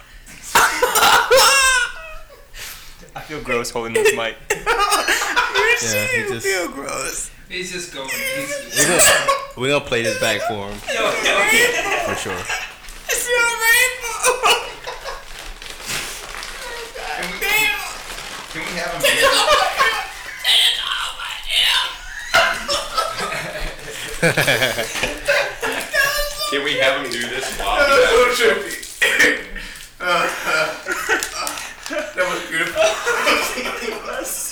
I feel gross holding this mic. Yeah, he just, Feel gross. He's just going. we gonna we gonna play this back for him for sure. It's your rainbow. Can we, can we have him? Can we have him do this? While that was beautiful.